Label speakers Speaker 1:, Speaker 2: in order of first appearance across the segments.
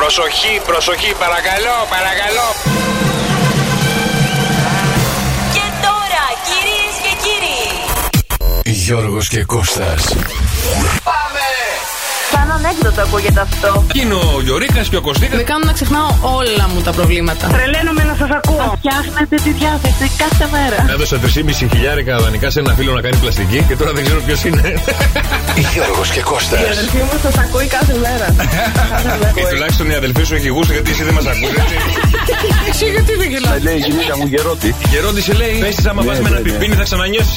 Speaker 1: Προσοχή, προσοχή, παρακαλώ, παρακαλώ.
Speaker 2: Και τώρα, κυρίες και κύριοι,
Speaker 3: Γιώργος και Κώστας.
Speaker 4: Σαν ανέκδοτο ακούγεται αυτό.
Speaker 1: Είναι ο Γιωρίκα και ο Κωστίκα.
Speaker 5: Με κάνουν να ξεχνάω όλα μου τα προβλήματα.
Speaker 4: Τρελαίνομαι να σας ακούω.
Speaker 5: Φτιάχνετε τη διάθεση κάθε μέρα.
Speaker 1: Έδωσα 3,5 χιλιάρικα δανεικά σε ένα φίλο να κάνει πλαστική και τώρα δεν ξέρω ποιος είναι.
Speaker 3: Γιώργος και Κώστας.
Speaker 4: αδελφή μου σας ακούει κάθε μέρα.
Speaker 1: Και τουλάχιστον η αδελφή σου έχει γούστο γιατί εσύ δεν μας ακούς έτσι.
Speaker 5: Εσύ γιατί δεν γελάς.
Speaker 6: Λέει η γυναίκα μου γερότη. Ναι,
Speaker 1: Η Γερόντιση λέει: Πέσεις άμα πας με ένα πιπίνι θα ξανανιώσεις.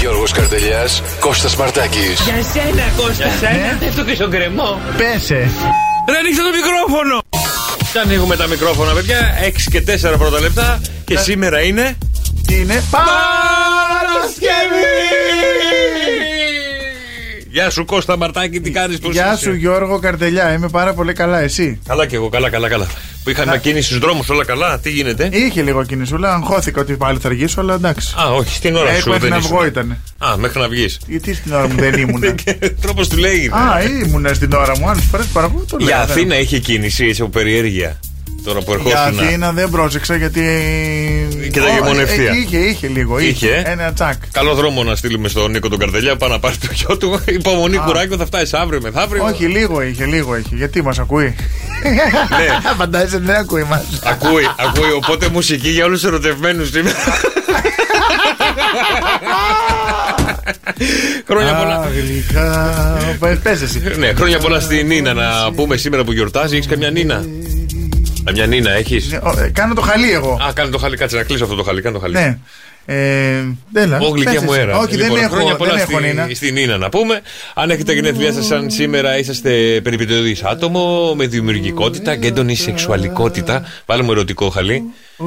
Speaker 3: Γιώργος Καρτελιάς, Κώστας Μαρτάκης.
Speaker 7: Πέσε.
Speaker 1: Ρε ανοίξτε το μικρόφωνο! Και ανοίγουμε τα μικρόφωνα, παιδιά. 6 και 4 πρώτα λεπτά. Και σήμερα είναι.
Speaker 7: Είναι
Speaker 1: Γεια σου Κώστα Μαρτάκη, τι κάνεις πώς
Speaker 7: Γεια
Speaker 1: είσαι?
Speaker 7: σου Γιώργο Καρτελιά, είμαι πάρα πολύ καλά. Εσύ.
Speaker 1: Καλά και εγώ, καλά, καλά, καλά. Που είχαμε κίνηση στους δρόμους, όλα καλά, τι γίνεται.
Speaker 7: Είχε λίγο κινησούλα, αγχώθηκα ότι πάλι θα αργήσω, αλλά εντάξει.
Speaker 1: Α, όχι, στην ώρα σου
Speaker 7: Έχω
Speaker 1: δεν
Speaker 7: Ε, να βγω
Speaker 1: ήσουν.
Speaker 7: ήταν.
Speaker 1: Α, μέχρι να βγεις.
Speaker 7: Γιατί στην ώρα μου δεν ήμουνα.
Speaker 1: Τρόπος του λέει.
Speaker 7: Α, ήμουνα στην ώρα μου. Άλλε φορέ παραγωγό το λέω.
Speaker 1: Για
Speaker 7: δεν-
Speaker 1: Αθήνα είχε κίνηση, έτσι από περιέργεια. Τώρα που
Speaker 7: Για
Speaker 1: ερχόσουν.
Speaker 7: Αθήνα δεν πρόσεξα γιατί.
Speaker 1: Κοίταγε
Speaker 7: Ω,
Speaker 1: μόνο
Speaker 7: ε,
Speaker 1: ευθεία.
Speaker 7: Είχε, είχε λίγο.
Speaker 1: Είχε, ε.
Speaker 7: Ένα τσακ.
Speaker 1: Καλό δρόμο να στείλουμε στον Νίκο τον Καρτελιά, πάνω να πάρει το γιο του. Υπομονή, κουράκιο, θα φτάσεις αύριο μεθαύριο.
Speaker 7: Όχι, λίγο είχε, λίγο είχε. Γιατί μας ακούει.
Speaker 1: Ναι.
Speaker 7: Φαντάζεσαι δεν ακούει μας.
Speaker 1: Ακούει, ακούει. Οπότε μουσική για όλους τους ερωτευμένους σήμερα. χρόνια πολλά.
Speaker 7: Αγγλικά. Πε εσύ.
Speaker 1: Ναι, χρόνια πολλά στην Νίνα να πούμε σήμερα που γιορτάζει. Έχεις καμιά Νίνα.
Speaker 7: Ναι.
Speaker 1: Καμιά Νίνα έχει.
Speaker 7: Ε, ο, ε, Κάνω το χαλί εγώ.
Speaker 1: Α, κάνε το χαλί, κάτσε να κλείσω αυτό το χαλί. Κάνε το χαλί.
Speaker 7: Ναι. Ε, έλα,
Speaker 1: Ω, γλυκιά
Speaker 7: πες
Speaker 1: μου
Speaker 7: εσύ.
Speaker 1: έρα.
Speaker 7: Όχι,
Speaker 1: Λοιπόν,
Speaker 7: δεν
Speaker 1: χρόνια
Speaker 7: έχω,
Speaker 1: πολλά
Speaker 7: δεν έχω
Speaker 1: στη-
Speaker 7: Νίνα.
Speaker 1: Στην Νίνα να πούμε. Αν έχετε τα γενέθλιά σας, αν σήμερα είσαστε περιπετειώδει άτομο με δημιουργικότητα και έντονη σεξουαλικότητα, βάλε μου ερωτικό χαλί.
Speaker 7: Ο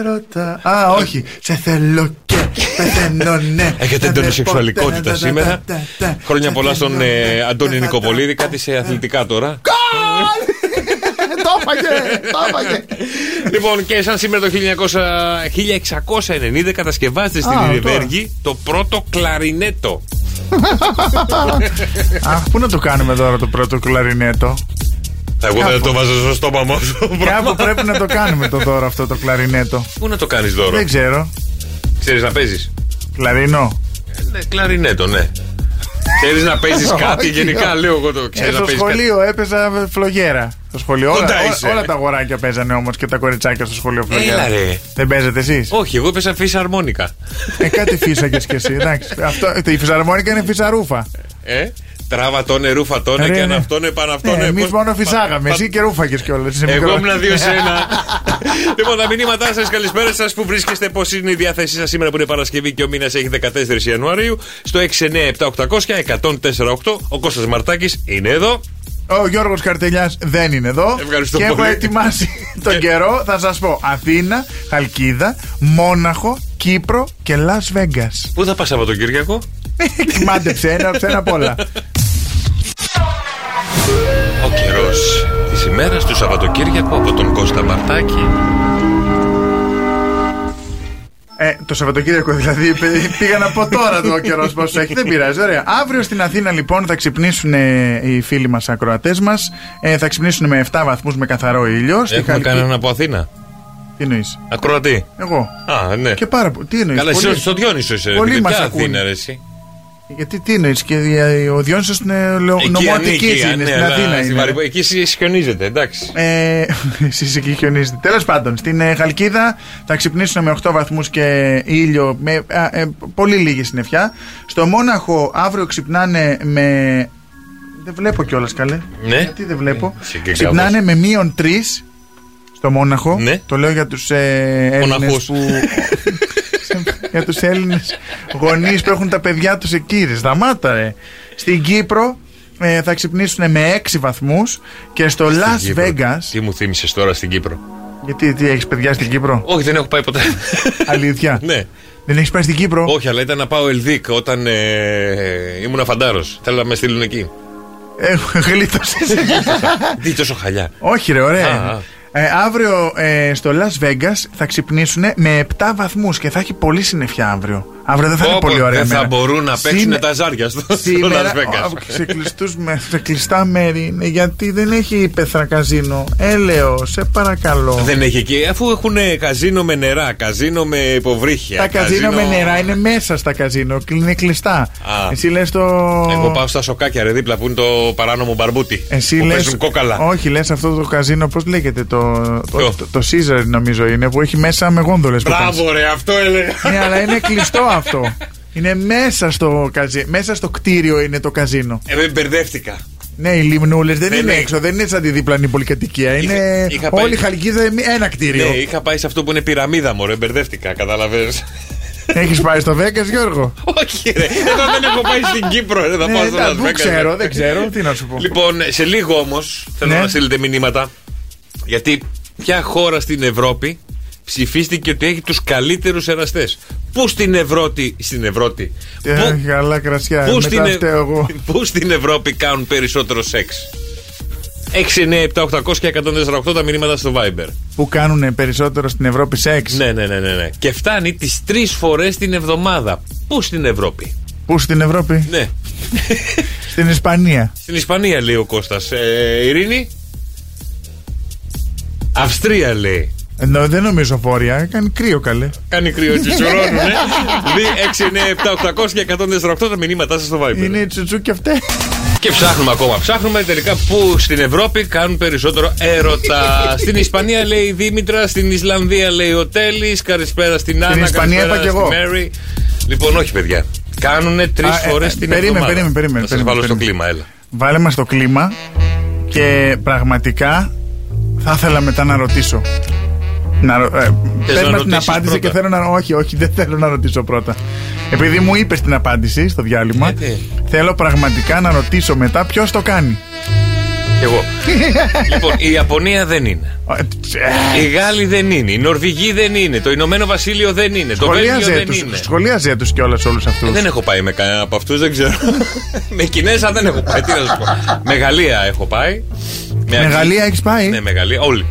Speaker 7: έρωτα. Α, όχι. Σε θέλω και πεθαίνω, ναι.
Speaker 1: Έχετε
Speaker 7: Να
Speaker 1: έντονη
Speaker 7: με
Speaker 1: σεξουαλικότητα
Speaker 7: πότε-
Speaker 1: σήμερα.
Speaker 7: τα- τα- τα- τα-
Speaker 1: Χρόνια
Speaker 7: ναι, σε
Speaker 1: πολλά στον ε,
Speaker 7: θέλω, τα-
Speaker 1: Αντώνη
Speaker 7: τα-
Speaker 1: Νικοπολίδη,
Speaker 7: τα-
Speaker 1: κάτι σε αθλητικά τώρα.
Speaker 7: Ε, Το έφαγε, το έφαγε.
Speaker 1: Λοιπόν, και σαν σήμερα το 1900, 1690 κατασκευάζεται στην
Speaker 7: Α,
Speaker 1: Ιρεβέργη το πρώτο κλαρινέτο.
Speaker 7: Αχ, πού να το κάνουμε τώρα το πρώτο κλαρινέτο.
Speaker 1: Εγώ δεν το βάζω στο στόμα μου αυτό το
Speaker 7: Κάπου
Speaker 1: πράγμα.
Speaker 7: πρέπει να το κάνουμε το δώρο αυτό το κλαρινέτο.
Speaker 1: Πού να το κάνεις δώρο,
Speaker 7: Δεν ξέρω.
Speaker 1: ξέρεις να παίζεις.
Speaker 7: Κλαρινό.
Speaker 1: Ναι, κλαρινέτο, ναι. Ξέρει να παίζεις κάτι,
Speaker 7: Όχι,
Speaker 1: γενικά
Speaker 7: όχι.
Speaker 1: λέω εγώ το
Speaker 7: Ε,
Speaker 1: ξέρω. να
Speaker 7: στο
Speaker 1: παίζεις κάτι.
Speaker 7: σχολείο έπαιζα φλογέρα. Στο σχολείο.
Speaker 1: Κοντά
Speaker 7: Όλα,
Speaker 1: είσαι.
Speaker 7: ό- όλα τα αγοράκια παίζανε όμως και τα κοριτσάκια στο σχολείο φλογέρα.
Speaker 1: Έλα, ρε.
Speaker 7: Δεν παίζετε εσείς.
Speaker 1: Όχι, εγώ έπεσα φύση αρμόνικα.
Speaker 7: Ε, κάτι φύσαγε κι εσύ. Εντάξει. Αυτό, η φυσαρμόνικα είναι φυσαρούφα.
Speaker 1: Ε, τράβα τόνε, ρούφα τόνε
Speaker 7: Ρε,
Speaker 1: και
Speaker 7: ναι.
Speaker 1: αναυτόνε, παναυτόνε.
Speaker 7: Ναι, Εμείς
Speaker 1: Πώς-
Speaker 7: μόνο
Speaker 1: πα-
Speaker 7: φυσάγαμε.
Speaker 1: πα-
Speaker 7: Εσύ και ρούφαγε κιόλα.
Speaker 1: Εγώ ήμουν δύο σε ένα. λοιπόν, τα μηνύματά σας, καλησπέρα σας που βρίσκεστε, πώς είναι η διάθεσή σας σήμερα που είναι Παρασκευή και ο μήνας έχει 14 Ιανουαρίου. Στο 697-800-1048 ο Κώστας Μαρτάκης είναι εδώ.
Speaker 7: Ε, Ο Γιώργος Καρτελιά δεν είναι εδώ.
Speaker 1: Ευχαριστώ
Speaker 7: και έχω
Speaker 1: πολύ.
Speaker 7: ετοιμάσει
Speaker 1: Και-
Speaker 7: τον καιρό, θα σας πω. Αθήνα, Χαλκίδα, Μόναχο, Κύπρο και Las Vegas.
Speaker 1: Πού θα πας Σαββατοκύριακο,
Speaker 7: Μάντεψε ένα, ένα απ' όλα.
Speaker 1: Ο καιρός της ημέρας του Σαββατοκύριακου από τον Κώστα Μαρτάκη.
Speaker 7: Ε, το Σαββατοκύριακο δηλαδή πε- πήγα να πω τώρα το καιρός πώ έχει. Δεν πειράζει, ωραία. Αύριο στην Αθήνα λοιπόν θα ξυπνήσουν ε, οι φίλοι μας ακροατές μας. Ε, θα ξυπνήσουν με 7 βαθμούς με καθαρό ήλιο. Στη
Speaker 1: Έχουμε
Speaker 7: Χαλκίδα-
Speaker 1: κανέναν από Αθήνα.
Speaker 7: Τι εννοείς.
Speaker 1: Ακροατή.
Speaker 7: Εγώ.
Speaker 1: Α, ναι.
Speaker 7: Και πάρα πολύ. Τι εννοείς.
Speaker 1: Καλά, εσύ στο Διόνυσο είσαι. ρε
Speaker 7: πολλοί
Speaker 1: φίλε.
Speaker 7: μας
Speaker 1: Ποια
Speaker 7: ακούνε.
Speaker 1: Αθήνα, ρε, εσύ.
Speaker 7: Γιατί τι εννοείς. Και ε, ο Διόνυσος είναι νομοτική.
Speaker 1: ανήκει,
Speaker 7: Είναι
Speaker 1: ναι,
Speaker 7: στην
Speaker 1: αλλά
Speaker 7: Αθήνα.
Speaker 1: στη
Speaker 7: είναι.
Speaker 1: Βαρυπο- Εκεί σιχιονίζεται, εντάξει.
Speaker 7: Ε, Εσείς εκεί χιονίζετε. Τέλος πάντων, στην ε, Χαλκίδα θα ξυπνήσουν με 8 βαθμούς και ήλιο, με α, ε, πολύ λίγη συννεφιά. Στο Μόναχο αύριο ξυπνάνε με. Δεν βλέπω κιόλας καλέ.
Speaker 1: Ναι.
Speaker 7: Γιατί δεν βλέπω.
Speaker 1: Εσύ και
Speaker 7: Ξυπνάνε με μείον 3 στο Μόναχο.
Speaker 1: Ναι.
Speaker 7: Το λέω για τους ε, Έλληνε
Speaker 1: Μοναχούς.
Speaker 7: που. για τους Έλληνες γονείς που έχουν τα παιδιά τους εκεί. Ρε, σταμάτα, ρε. Στην Κύπρο ε, θα ξυπνήσουν με 6 βαθμούς και στο Las
Speaker 1: Κύπρο.
Speaker 7: Vegas.
Speaker 1: Τι μου θύμισες τώρα στην Κύπρο.
Speaker 7: Γιατί τι, έχεις παιδιά στην Κύπρο.
Speaker 1: Όχι, δεν έχω πάει ποτέ.
Speaker 7: Αλήθεια.
Speaker 1: ναι.
Speaker 7: Δεν έχεις πάει στην Κύπρο.
Speaker 1: Όχι, αλλά ήταν να πάω Ελδίκ όταν ε, ήμουν φαντάρος. Θέλω να με στείλουν εκεί.
Speaker 7: Ε, Γλίτωσες. Ε.
Speaker 1: Τι τόσο χαλιά.
Speaker 7: Όχι, ρε,
Speaker 1: Α, α.
Speaker 7: ωραία. Ε, αύριο ε, στο Las Vegas θα ξυπνήσουν με 7 βαθμούς και θα έχει πολύ συννεφιά αύριο. Αύριο δεν θα είναι
Speaker 1: Πω, πω,
Speaker 7: πολύ ωραία.
Speaker 1: δεν θα
Speaker 7: μέρα.
Speaker 1: μπορούν να παίξουν
Speaker 7: Σήμε-
Speaker 1: τα ζάρια στο- στο
Speaker 7: Σήμερα,
Speaker 1: Las Vegas.
Speaker 7: ο, σε, κλειστούς με- σε κλειστά μέρη είναι γιατί δεν έχει πέθρα καζίνο. Έλεο, σε παρακαλώ.
Speaker 1: Δεν έχει εκεί. Αφού έχουν καζίνο με νερά, καζίνο με υποβρύχια.
Speaker 7: Τα καζίνο με νερά είναι μέσα στα καζίνο, κλει- είναι κλειστά.
Speaker 1: Α.
Speaker 7: Εσύ λες το.
Speaker 1: Εγώ πάω στα σοκάκια ρε δίπλα που είναι το παράνομο μπαρμπούτι.
Speaker 7: Εσύ
Speaker 1: που
Speaker 7: λες-
Speaker 1: παίζουν κόκαλα.
Speaker 7: Όχι, λες αυτό το καζίνο, πώς λέγεται. Το,
Speaker 1: Ποιο?
Speaker 7: το, το, το Caesar νομίζω είναι που έχει μέσα με γόνδολες.
Speaker 1: Μπράβο ρε, αυτό έλεγα.
Speaker 7: Ναι, αλλά είναι κλειστό αυτό. Είναι μέσα στο, καζί... μέσα στο κτίριο είναι το καζίνο.
Speaker 1: Ε, με μπερδεύτηκα.
Speaker 7: Ναι, οι λιμνούλες δεν
Speaker 1: Ναι,
Speaker 7: είναι
Speaker 1: ναι.
Speaker 7: έξω, δεν είναι σαν τη δίπλανη πολυκατοικία.
Speaker 1: Είχα-
Speaker 7: Είναι
Speaker 1: είχα πάει-
Speaker 7: όλη η Χαλκίδα είναι ένα κτίριο.
Speaker 1: Ναι, είχα πάει σε αυτό που είναι πυραμίδα, μωρέ, μπερδεύτηκα, κατάλαβες.
Speaker 7: Έχεις πάει στο Βέγγα, Γιώργο.
Speaker 1: Όχι, ρε. Εδώ δεν έχω πάει στην Κύπρο, ρε. Θα
Speaker 7: Ναι,
Speaker 1: πάω στο
Speaker 7: τα-
Speaker 1: Las
Speaker 7: δεν
Speaker 1: Vegas,
Speaker 7: ξέρω,
Speaker 1: ρε.
Speaker 7: δεν ξέρω, τι να σου πω.
Speaker 1: Λοιπόν, σε λίγο όμως θέλω
Speaker 7: Ναι.
Speaker 1: να στείλετε μηνύματα. Γιατί ποια χώρα στην Ευρώπη ψηφίστηκε ότι έχει τους καλύτερους εραστές. Πού στην Ευρώπη. Στην Ευρώπη.
Speaker 7: Ε,
Speaker 1: Πού,
Speaker 7: Καλά κρασιά.
Speaker 1: πού στην, Ε-
Speaker 7: Μετά
Speaker 1: Ευ-
Speaker 7: Ε, φταίω εγώ.
Speaker 1: πού στην Ευρώπη κάνουν περισσότερο σεξ. 6, 9, 7, 800 και 148 τα μηνύματα στο Viber.
Speaker 7: Που κάνουν περισσότερο στην Ευρώπη σεξ.
Speaker 1: Ναι, ναι, ναι, ναι. ναι. Και φτάνει τις τρεις φορές την εβδομάδα. Πού στην Ευρώπη.
Speaker 7: Πού στην Ευρώπη,
Speaker 1: Ναι.
Speaker 7: στην Ισπανία.
Speaker 1: Στην Ισπανία λέει ο Κώστας Ε, Ειρήνη. Αυστρία λέει.
Speaker 7: Ενώ δεν νομίζω βόρεια, κάνει κρύο καλέ.
Speaker 1: Κάνει κρύο, ε. τσιτσουρώνουν. 2, 6, 9, 7, 800 και 148 τα μηνύματά σας στο Viber.
Speaker 7: Είναι η τσουτσού και αυτές.
Speaker 1: Και ψάχνουμε ακόμα. Ψάχνουμε τελικά που στην Ευρώπη κάνουν περισσότερο έρωτα. στην Ισπανία λέει η Δήμητρα, στην Ισλανδία λέει ο Τέλης. Καλησπέρα στην Άννα,
Speaker 7: Ισπανία
Speaker 1: καλησπέρα
Speaker 7: είπα κι εγώ.
Speaker 1: στη Μέρι. Λοιπόν, όχι παιδιά. Κάνουνε τρεις
Speaker 7: Α, ε,
Speaker 1: φορές
Speaker 7: ε,
Speaker 1: την
Speaker 7: περίμενε,
Speaker 1: εβδομάδα.
Speaker 7: περίμενε, περίμενε,
Speaker 1: Θα σα
Speaker 7: περίμενε,
Speaker 1: βάλω στο
Speaker 7: περίμενε.
Speaker 1: κλίμα, έλα.
Speaker 7: Βάλε μας το κλίμα και πραγματικά θα ήθελα μετά να ρωτήσω. Να, ρω- ε, πες
Speaker 1: να
Speaker 7: μας την
Speaker 1: ρωτήσεις
Speaker 7: απάντηση και
Speaker 1: πρώτα.
Speaker 7: θέλω να. Όχι, όχι, δεν θέλω να ρωτήσω πρώτα. Επειδή μου είπες την απάντηση στο διάλειμμα,
Speaker 1: Γιατί?
Speaker 7: θέλω πραγματικά να ρωτήσω μετά ποιος το κάνει.
Speaker 1: Κι εγώ. λοιπόν, η Ιαπωνία δεν είναι.
Speaker 7: Ε, τσε,
Speaker 1: Οι Γάλλοι δεν είναι, οι Νορβηγοί δεν είναι, το Ηνωμένο Βασίλειο δεν είναι, το Βέλγιο
Speaker 7: Σχολίαζε
Speaker 1: δεν
Speaker 7: τους,
Speaker 1: είναι. Ε,
Speaker 7: σχολίαζε τους κιόλας όλους αυτούς.
Speaker 1: Δεν έχω πάει με κανένα από αυτούς, δεν ξέρω. με Κινέζα δεν έχω πάει, τι να σου πω. με Γαλλία έχω πάει. Με
Speaker 7: Με
Speaker 1: Αγγλ-
Speaker 7: Γαλλία έχεις πάει.
Speaker 1: Ναι, με Γαλλία, όλοι.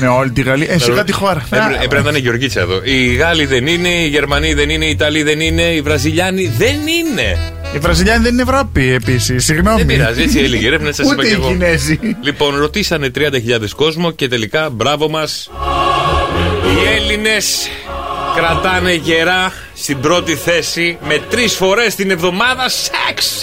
Speaker 7: Με όλη τη Γαλλία. Εσύ
Speaker 1: Έπρεπε-
Speaker 7: Ε. κάτι χώρα.
Speaker 1: Έπρεπε
Speaker 7: Α,
Speaker 1: έπρεπε να είναι η Γεωργίτσα εδώ. Οι Γάλλοι δεν είναι, οι Γερμανοί δεν είναι, οι Ιταλοί δεν είναι, οι Βραζιλιάνοι δεν είναι.
Speaker 7: Οι Βραζιλιάνοι δεν είναι Ευρώπη επίσης. Συγγνώμη.
Speaker 1: Δεν πειράζει, έτσι έλεγε η έρευνα, σα είπα
Speaker 7: Ούτε
Speaker 1: και
Speaker 7: οι
Speaker 1: εγώ.
Speaker 7: Κινέζοι.
Speaker 1: Λοιπόν, ρωτήσανε 30.000 κόσμο και τελικά μπράβο μας. Οι Έλληνες κρατάνε γερά στην πρώτη θέση με τρεις φορές την εβδομάδα σεξ!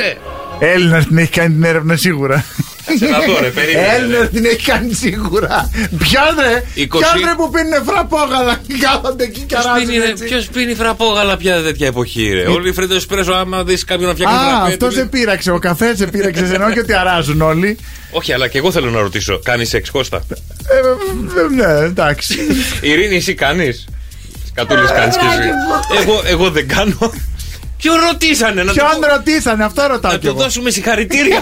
Speaker 7: Έλληνας την έχει κάνει την έρευνα σίγουρα.
Speaker 1: Κάτσε να δω, ρε, ε, περίμενε, ρε.
Speaker 7: Έλληνα την έχει κάνει σίγουρα. Ποιον
Speaker 1: 20.
Speaker 7: ρε, ποιον ρε που πίνουν φραπόγαλα και κάθονται εκεί και αράζουν έτσι.
Speaker 1: Ποιος πίνει φραπόγαλα πια τέτοια εποχή, ρε. Όλοι φρέντο εσπρέσο, άμα δεις κάποιον να φτιάχνει
Speaker 7: Ε. Α,
Speaker 1: φραπέ,
Speaker 7: αυτό
Speaker 1: του
Speaker 7: σε
Speaker 1: λέει-
Speaker 7: πείραξε. Ο καφέ σε πείραξε. Ενώ και ότι αράζουν όλοι.
Speaker 1: Όχι, αλλά και εγώ θέλω να ρωτήσω. Κάνεις σεξ, Κώστα.
Speaker 7: Ε, ε, ναι, εντάξει.
Speaker 1: Ειρήνη, εσύ κάνει. Κατούλης, κάνεις κι εσύ. Εγώ, εγώ δεν κάνω. Ποιο ρωτήσανε να το
Speaker 7: Ποιον
Speaker 1: πω.
Speaker 7: ρωτήσανε, αυτό ρωτάω
Speaker 1: Να
Speaker 7: κι
Speaker 1: του
Speaker 7: εγώ.
Speaker 1: δώσουμε συγχαρητήρια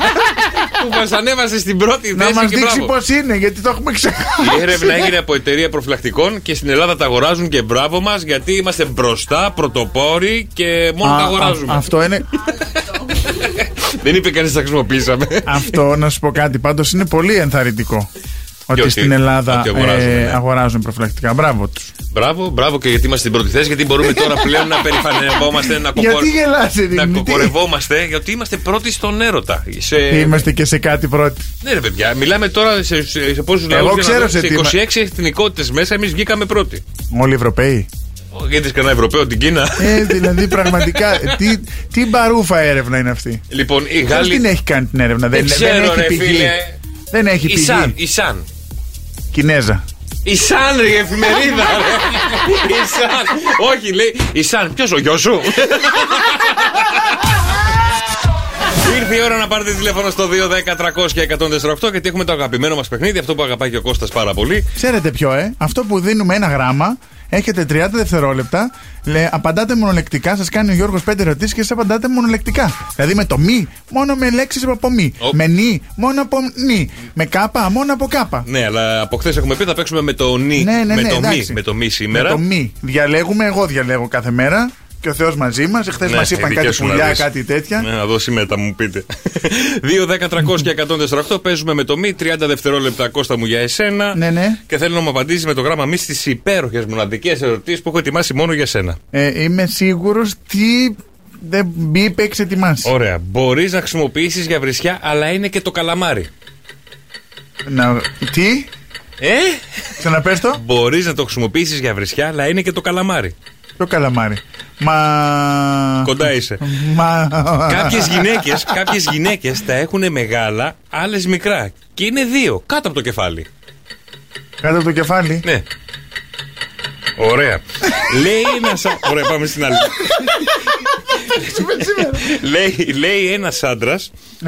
Speaker 1: που μας ανέβασε στην πρώτη
Speaker 7: Να
Speaker 1: θέση.
Speaker 7: μας
Speaker 1: και
Speaker 7: δείξει
Speaker 1: μπράβο.
Speaker 7: πώς είναι, γιατί το έχουμε ξεχάσει.
Speaker 1: Η έρευνα έγινε από εταιρεία προφυλακτικών και στην Ελλάδα τα αγοράζουν και μπράβο μας γιατί είμαστε μπροστά, πρωτοπόροι και μόνο τα
Speaker 7: Α,
Speaker 1: αγοράζουμε.
Speaker 7: α, Αυτό είναι.
Speaker 1: Δεν είπε κανείς τα χρησιμοποίησαμε.
Speaker 7: Αυτό να σου πω κάτι. Πάντως είναι πολύ ενθαρρυντικό. Ότι
Speaker 1: ότι-
Speaker 7: στην Ελλάδα
Speaker 1: ότι αγοράζουν,
Speaker 7: ε,
Speaker 1: ναι.
Speaker 7: αγοράζουν προφυλακτικά. Μπράβο τους.
Speaker 1: μπράβο, μπράβο και γιατί είμαστε στην πρώτη θέση, γιατί μπορούμε τώρα πλέον να περηφανευόμαστε, Ε, να, κοκο...
Speaker 7: Γιατί γελάς, ε,
Speaker 1: να
Speaker 7: Ειρήνη, τι-
Speaker 1: κοκορευόμαστε, γιατί είμαστε πρώτοι στον έρωτα. Σε...
Speaker 7: Είμαστε και σε κάτι πρώτοι.
Speaker 1: Ναι, ρε παιδιά, μιλάμε τώρα σε, σε, σε πόσους
Speaker 7: Εγώ ξέρω σε τι μα-
Speaker 1: σε 26 εθνικότητες μέσα, εμείς βγήκαμε πρώτοι.
Speaker 7: Όλοι οι Ευρωπαίοι.
Speaker 1: Γιατί κανένα Ευρωπαίο την Κίνα.
Speaker 7: Ε, δηλαδή πραγματικά. τι, τι μπαρούφα έρευνα είναι αυτή.
Speaker 1: Λοιπόν, οι
Speaker 7: Ποιο
Speaker 1: Γάλλοι.
Speaker 7: την έχει κάνει την έρευνα, δεν,
Speaker 1: Δεν Ε, ξέρω,
Speaker 7: δεν έχει
Speaker 1: ρε,
Speaker 7: πηγή.
Speaker 1: φίλε.
Speaker 7: Δεν έχει
Speaker 1: Η
Speaker 7: πηγή.
Speaker 1: Σαν, η Σαν.
Speaker 7: Κινέζα.
Speaker 1: Η Σαν, ρε, η εφημερίδα. ρε. Η Σαν. Όχι, λέει. Η Σαν, ποιος ο γιος σου. Ήρθε η ώρα να πάρετε τηλέφωνο στο 210 300 και 148 γιατί έχουμε το αγαπημένο μας παιχνίδι, αυτό που αγαπάει και ο Κώστας πάρα πολύ.
Speaker 7: Ξέρετε ποιο, ε. Αυτό που δίνουμε ένα γράμμα, έχετε 30 δευτερόλεπτα, λέ, απαντάτε μονολεκτικά, σας κάνει ο Γιώργος 5 ερωτήσεις και σας απαντάτε μονολεκτικά. Δηλαδή με το μη, μόνο με λέξεις από μη.
Speaker 1: Ο.
Speaker 7: Με νη, μόνο από νη. Με κάπα, μόνο από κάπα.
Speaker 1: Ναι, αλλά από χθες έχουμε πει θα παίξουμε με το νι.
Speaker 7: Ναι, ναι,
Speaker 1: με
Speaker 7: ναι,
Speaker 1: το μη,
Speaker 7: εντάξει.
Speaker 1: με το μη σήμερα.
Speaker 7: Με το μη. Διαλέγουμε, εγώ διαλέγω κάθε μέρα. και ο Θεός μαζί μας. Εχθές
Speaker 1: Ναι,
Speaker 7: μας είπαν
Speaker 1: οι
Speaker 7: κάτι
Speaker 1: δικές σου να
Speaker 7: πουλιά,
Speaker 1: δεις.
Speaker 7: κάτι τέτοια.
Speaker 1: Ναι, να δώσει μετά, μου πείτε. 2, 10, 300 και 148. Παίζουμε με το μη. 30 δευτερόλεπτα Κώστα μου για εσένα.
Speaker 7: Ναι, ναι.
Speaker 1: Και θέλω να μου απαντήσεις με το γράμμα μη στις υπέροχες μοναδικές ερωτήσεις που έχω ετοιμάσει μόνο για σένα.
Speaker 7: Ε, είμαι σίγουρος τι δεν μπει έχεις ετοιμάσει.
Speaker 1: Ωραία. Μπορείς να χρησιμοποιήσεις για βρισιά, αλλά είναι και το καλαμάρι.
Speaker 7: Να... Τι,
Speaker 1: Ε!
Speaker 7: ξαναπες το.
Speaker 1: Μπορείς να το χρησιμοποιήσεις για βρισιά, αλλά είναι και το καλαμάρι.
Speaker 7: Ποιο καλαμάρι. Μα.
Speaker 1: Κοντά είσαι.
Speaker 7: Μα.
Speaker 1: Κάποιες γυναίκες κάποιες γυναίκες τα έχουν μεγάλα, άλλες μικρά. Και είναι δύο, κάτω από το κεφάλι.
Speaker 7: Κάτω από το κεφάλι.
Speaker 1: Ναι. Ωραία. λέει ένας. Ωραία, πάμε στην άλλη. λέει, λέει ένας άντρας,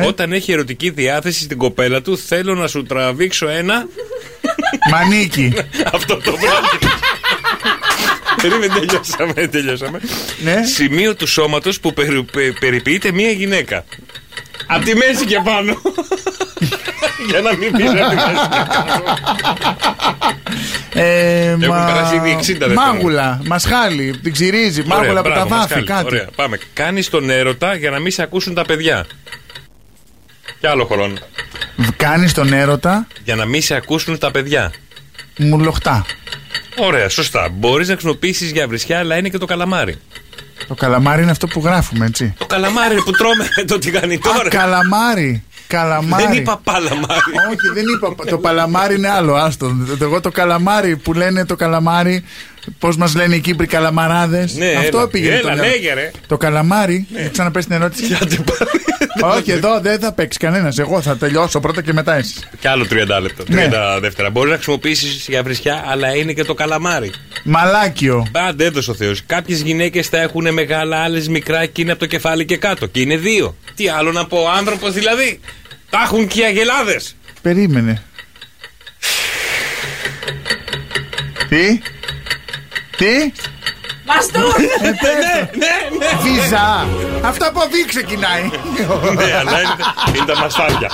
Speaker 1: όταν έχει ερωτική διάθεση στην κοπέλα του, θέλω να σου τραβήξω ένα.
Speaker 7: Μανίκι.
Speaker 1: Αυτό το πράγμα. Περίμενε, τελειώσαμε, τελειώσαμε.
Speaker 7: Ναι.
Speaker 1: Σημείο του σώματος που περι- πε- περιποιείται μία γυναίκα. Απ' τη μέση και πάνω. Για να μην πεις απ' τη
Speaker 7: Ναι.
Speaker 1: μέση.
Speaker 7: Ε,
Speaker 1: Έχουν περάσει ήδη 60 δευτερόλεπτα.
Speaker 7: Μάγουλα. Μασχάλη. Την ξυρίζει. Μάγουλα από τα
Speaker 1: μπράβο,
Speaker 7: βάθη.
Speaker 1: Πασχάλη.
Speaker 7: Κάτι.
Speaker 1: Ωραία, πάμε. Κάνεις τον έρωτα για να μην σε ακούσουν τα παιδιά. Και άλλο χρόνο.
Speaker 7: Κάνεις τον έρωτα.
Speaker 1: Για να μην σε ακούσουν τα παιδιά.
Speaker 7: Μου λοχτά.
Speaker 1: Ωραία, σωστά. Μπορείς να χρησιμοποιήσεις για βρισιά, αλλά είναι και το καλαμάρι.
Speaker 7: Το καλαμάρι είναι αυτό που γράφουμε, έτσι.
Speaker 1: Το καλαμάρι ρε, που τρώμε το τηγανιτό.
Speaker 7: Α,
Speaker 1: ρε.
Speaker 7: καλαμάρι. Καλαμάρι.
Speaker 1: Δεν είπα παλαμάρι.
Speaker 7: Όχι, δεν είπα. Το παλαμάρι είναι άλλο. Άστο. Εγώ το καλαμάρι που λένε το καλαμάρι. Πώς μας λένε οι Κύπροι καλαμαράδες.
Speaker 1: Ναι,
Speaker 7: Αυτό
Speaker 1: έλα.
Speaker 7: πήγε.
Speaker 1: Έλα, λέγε, ρε. Ναι.
Speaker 7: Το καλαμάρι. Ξαναπες την ερώτηση.
Speaker 1: Άντε, πάμε.
Speaker 7: Όχι, εδώ δεν θα παίξει κανένας. Εγώ θα τελειώσω πρώτα και μετά εσύ.
Speaker 1: Κι άλλο 30
Speaker 7: Ναι.
Speaker 1: λεπτά. 30 δεύτερα. Μπορείς να χρησιμοποιήσεις για βρισιά, αλλά είναι και το καλαμάρι.
Speaker 7: Μαλάκιο.
Speaker 1: Πάντα έδωσε ο Θεός. Κάποιες γυναίκες τα έχουν μεγάλα, άλλες μικρά και είναι από το κεφάλι και κάτω. Και είναι δύο. Τι άλλο να πω, άνθρωπος δηλαδή. Τα έχουν και οι αγελάδες.
Speaker 7: Περίμενε. Τι. Τι.
Speaker 1: Ε,
Speaker 7: Μαστούρ!
Speaker 1: ναι,
Speaker 7: Βίζα! Αυτό από βι ξεκινάει.
Speaker 1: ναι, αλλά είναι, είναι τα μαστάρια.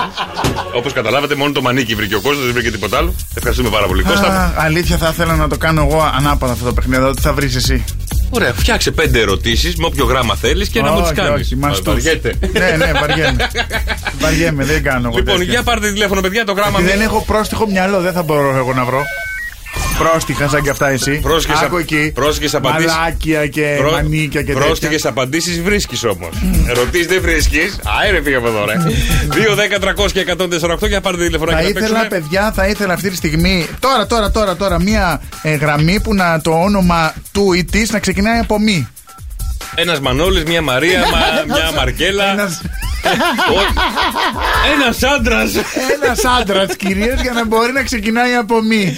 Speaker 1: Όπως καταλάβατε, μόνο το μανίκι βρήκε ο κόσμος, δεν βρήκε τίποτα άλλο. Ευχαριστούμε πάρα πολύ. Κώστα. μου.
Speaker 7: Α, Αλήθεια θα ήθελα να το κάνω εγώ ανάποδα αυτό το παιχνίδι. Ότι θα βρεις εσύ.
Speaker 1: Ωραία, φτιάξε πέντε ερωτήσεις με όποιο γράμμα θέλεις και να μου τις
Speaker 7: Όχι,
Speaker 1: κάνεις.
Speaker 7: Όχι, μαστούρ. Ναι, ναι, βαριέμαι. βαριέμαι, δεν κάνω εγώ.
Speaker 1: Λοιπόν,
Speaker 7: τέτοια.
Speaker 1: για πάρτε τηλέφωνο, παιδιά, το γράμμα
Speaker 7: Δεν
Speaker 1: μη-
Speaker 7: έχω πρόστιχο μυαλό, δεν θα μπορώ εγώ να βρω. Πρόστιχα σαν κι αυτά εσύ.
Speaker 1: Πρόσκειες
Speaker 7: Άκου
Speaker 1: α-
Speaker 7: εκεί.
Speaker 1: πρόσκειες απαντήσεις.
Speaker 7: Μαλάκια και
Speaker 1: Προ...
Speaker 7: Ε, μανίκια και τέτοια.
Speaker 1: Πρόστιχες απαντήσεις βρίσκεις όμως. Ερωτήσεις δεν βρίσκεις. Άιρε φύγε από εδώ, ρε. 2, 10, 300 και 148 για πάρτε τηλεφωνά
Speaker 7: Θα
Speaker 1: και να
Speaker 7: ήθελα,
Speaker 1: παίξουμε.
Speaker 7: παιδιά, θα ήθελα αυτή τη στιγμή, τώρα, τώρα, τώρα, τώρα, μία ε, γραμμή που να το όνομα του ή της να ξεκινάει από μη.
Speaker 1: Ένας Μανώλης, μια Μαρία, μα- μια Μαρκέλα.
Speaker 7: Ένας-
Speaker 1: Ένας άντρας.
Speaker 7: Ένας άντρας, κυρίες, για να μπορεί να ξεκινάει από μη.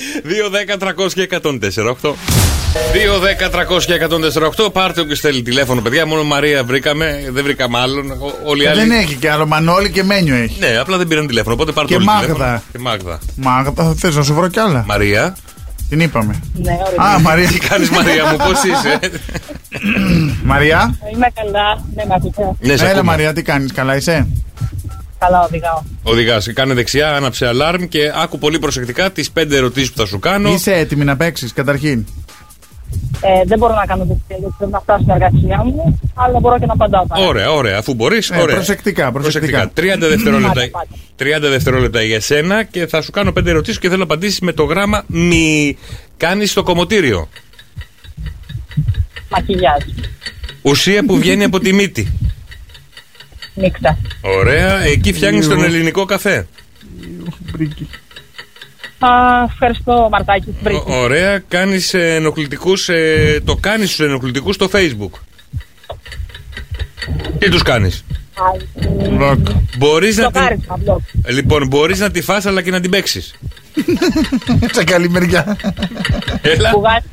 Speaker 1: 2, 10, 300 και 148. 2, 10, 300 και 148. Πάρτε όποιος θέλει τηλέφωνο, παιδιά. Μόνο Μαρία βρήκαμε. Δεν βρήκαμε άλλον. Ο- Όλοι οι άλλοι.
Speaker 7: Δεν έχει και άλλο, Μανώλη και Μένιο έχει.
Speaker 1: Ναι, απλά δεν πήραν τηλέφωνο. Οπότε πάρτε
Speaker 7: Και
Speaker 1: όλοι
Speaker 7: Μάγδα.
Speaker 1: τηλέφωνο. Και Μάγδα.
Speaker 7: Μάγδα, θες να σου βρω κι άλλα.
Speaker 1: Μαρία.
Speaker 7: Την είπαμε.
Speaker 4: Ναι, ωραία.
Speaker 7: Α, Μαρία.
Speaker 1: Τι κάνεις, Μαρία μου, πώς είσαι.
Speaker 7: Μαρία.
Speaker 4: Είμαι καλά. Ναι, μ' ακούτε.
Speaker 1: ναι, σε
Speaker 7: Έλα,
Speaker 1: ακούμε.
Speaker 7: Μαρία, τι κάνεις, καλά είσαι.
Speaker 4: Καλά οδηγάω.
Speaker 1: Οδηγάς, κάνε δεξιά, άναψε αλάρμ και άκου πολύ προσεκτικά τις πέντε ερωτήσεις που θα σου κάνω.
Speaker 7: Είσαι έτοιμη να παίξεις, καταρχήν.
Speaker 4: Ε, δεν μπορώ να κάνω δεξιά γιατί πρέπει να φτάσω στην εργασία μου, αλλά μπορώ και να απαντάω. παρά.
Speaker 1: Ωραία, ωραία, αφού μπορείς.
Speaker 7: Ε, προσεκτικά, προσεκτικά.
Speaker 1: 30 δευτερόλεπτα,
Speaker 4: Πάτε, πάτε.
Speaker 1: 30 δευτερόλεπτα για σένα και θα σου κάνω πέντε ερωτήσεις και θέλω να απαντήσεις με το γράμμα μη. Κάνεις το κομμωτήριο.
Speaker 4: Μακιγιάζ.
Speaker 1: Ουσία που βγαίνει από τη μύτη.
Speaker 4: Νύχτα.
Speaker 1: Ωραία, εκεί φτιάχνεις τον ελληνικό καφέ.
Speaker 4: Α, ευχαριστώ, Μαρτάκη. Βρίσκω.
Speaker 1: Ο- ωραία, κάνεις ενοχλητικούς ε, το κάνεις στου ενοχλητικούς στο facebook. Τι τους κάνεις.
Speaker 7: Μπλοκ.
Speaker 1: Μπορείς να.
Speaker 4: Το
Speaker 1: την-
Speaker 4: χάρισμα, μπλοκ.
Speaker 1: Λοιπόν, μπορείς να τη φας αλλά και να την παίξεις.
Speaker 7: Σε καλή μεριά.
Speaker 1: Έλα.
Speaker 4: Μπουγάτι.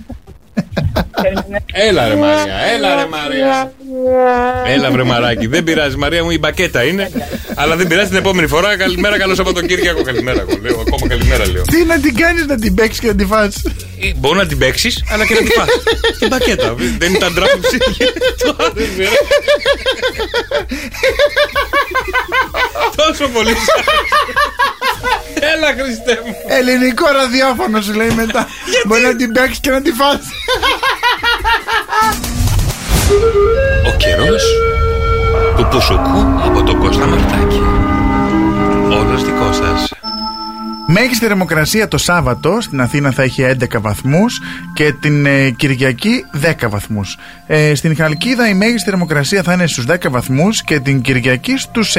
Speaker 4: Περίμενε.
Speaker 1: Έλα ρε Μαρία, έλα ρε Μαρία. Έλα βρε Μαράκι, δεν πειράζει Μαρία μου, η μπακέτα είναι. αλλά δεν πειράζει την επόμενη φορά. Καλημέρα, καλό Σαββατοκύριακο. Καλημέρα, εγώ λέω. Ακόμα καλημέρα λέω.
Speaker 7: Τι να την κάνεις να την παίξεις και να την φας.
Speaker 1: Ε, Μπορώ να την παίξεις, αλλά και να την φας. Την μπακέτα. Δεν ήταν τράπεζα. Τόσο πολύ. σ' άρεσε. Έλα Χριστέ μου.
Speaker 7: Ελληνικό ραδιόφωνο σου λέει μετά. Μπορεί να την παίξεις και να την φας.
Speaker 1: Ο καιρός του Πουσουκού από τον Κώστα Μαρτάκη. Όλος δικός σας.
Speaker 7: Μέγιστη θερμοκρασία το Σάββατο στην Αθήνα θα έχει 11 βαθμούς και την ε, Κυριακή 10 βαθμούς. Ε, στην Χαλκίδα η μέγιστη θερμοκρασία θα είναι στους 10 βαθμούς και την Κυριακή στους 9.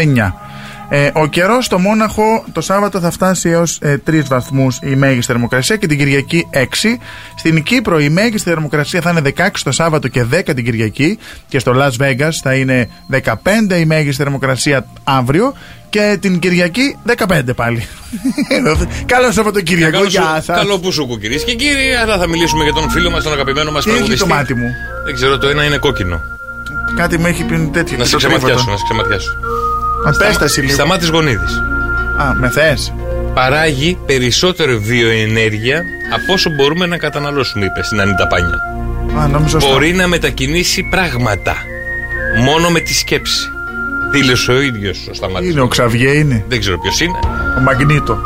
Speaker 7: Ε, ο καιρός στο Μόναχο το Σάββατο θα φτάσει ε, έω 3 βαθμούς η μέγιστη θερμοκρασία και την Κυριακή 6. Στην Κύπρο η μέγιστη θερμοκρασία θα είναι 16 το Σάββατο και 10 την Κυριακή και στο Las Vegas θα είναι 15 η μέγιστη θερμοκρασία αύριο και την Κυριακή 15 πάλι. Καλό Σαββατοκύριακο, γεια σας.
Speaker 1: Καλό Πουσουκού, κυρίε και κύριοι. Αλλά θα μιλήσουμε για τον φίλο μας, τον αγαπημένο μας
Speaker 7: Τι έχει το
Speaker 1: τραγουδιστή.
Speaker 7: μάτι μου.
Speaker 1: Δεν ξέρω, το ένα είναι κόκκινο.
Speaker 7: Κάτι μου έχει πει τέτοιο.
Speaker 1: Να σε ξεματιάσω, να σε ξεματιάσω.
Speaker 7: Απέσταση λίγο.
Speaker 1: Σταμάτης Γονίδης.
Speaker 7: Α, με θες.
Speaker 1: Παράγει περισσότερη βιοενέργεια από όσο μπορούμε να καταναλώσουμε, είπε στην Ανίτα Πάνια.
Speaker 7: Α, νόμιζα στο-
Speaker 1: Μπορεί να μετακινήσει πράγματα. Μόνο με τη σκέψη. Δήλωσε ο ίδιος ο Σταμάτης.
Speaker 7: Είναι ο Ξαβιέ, είναι.
Speaker 1: Δεν ξέρω ποιος είναι.
Speaker 7: Ο Μαγνήτο.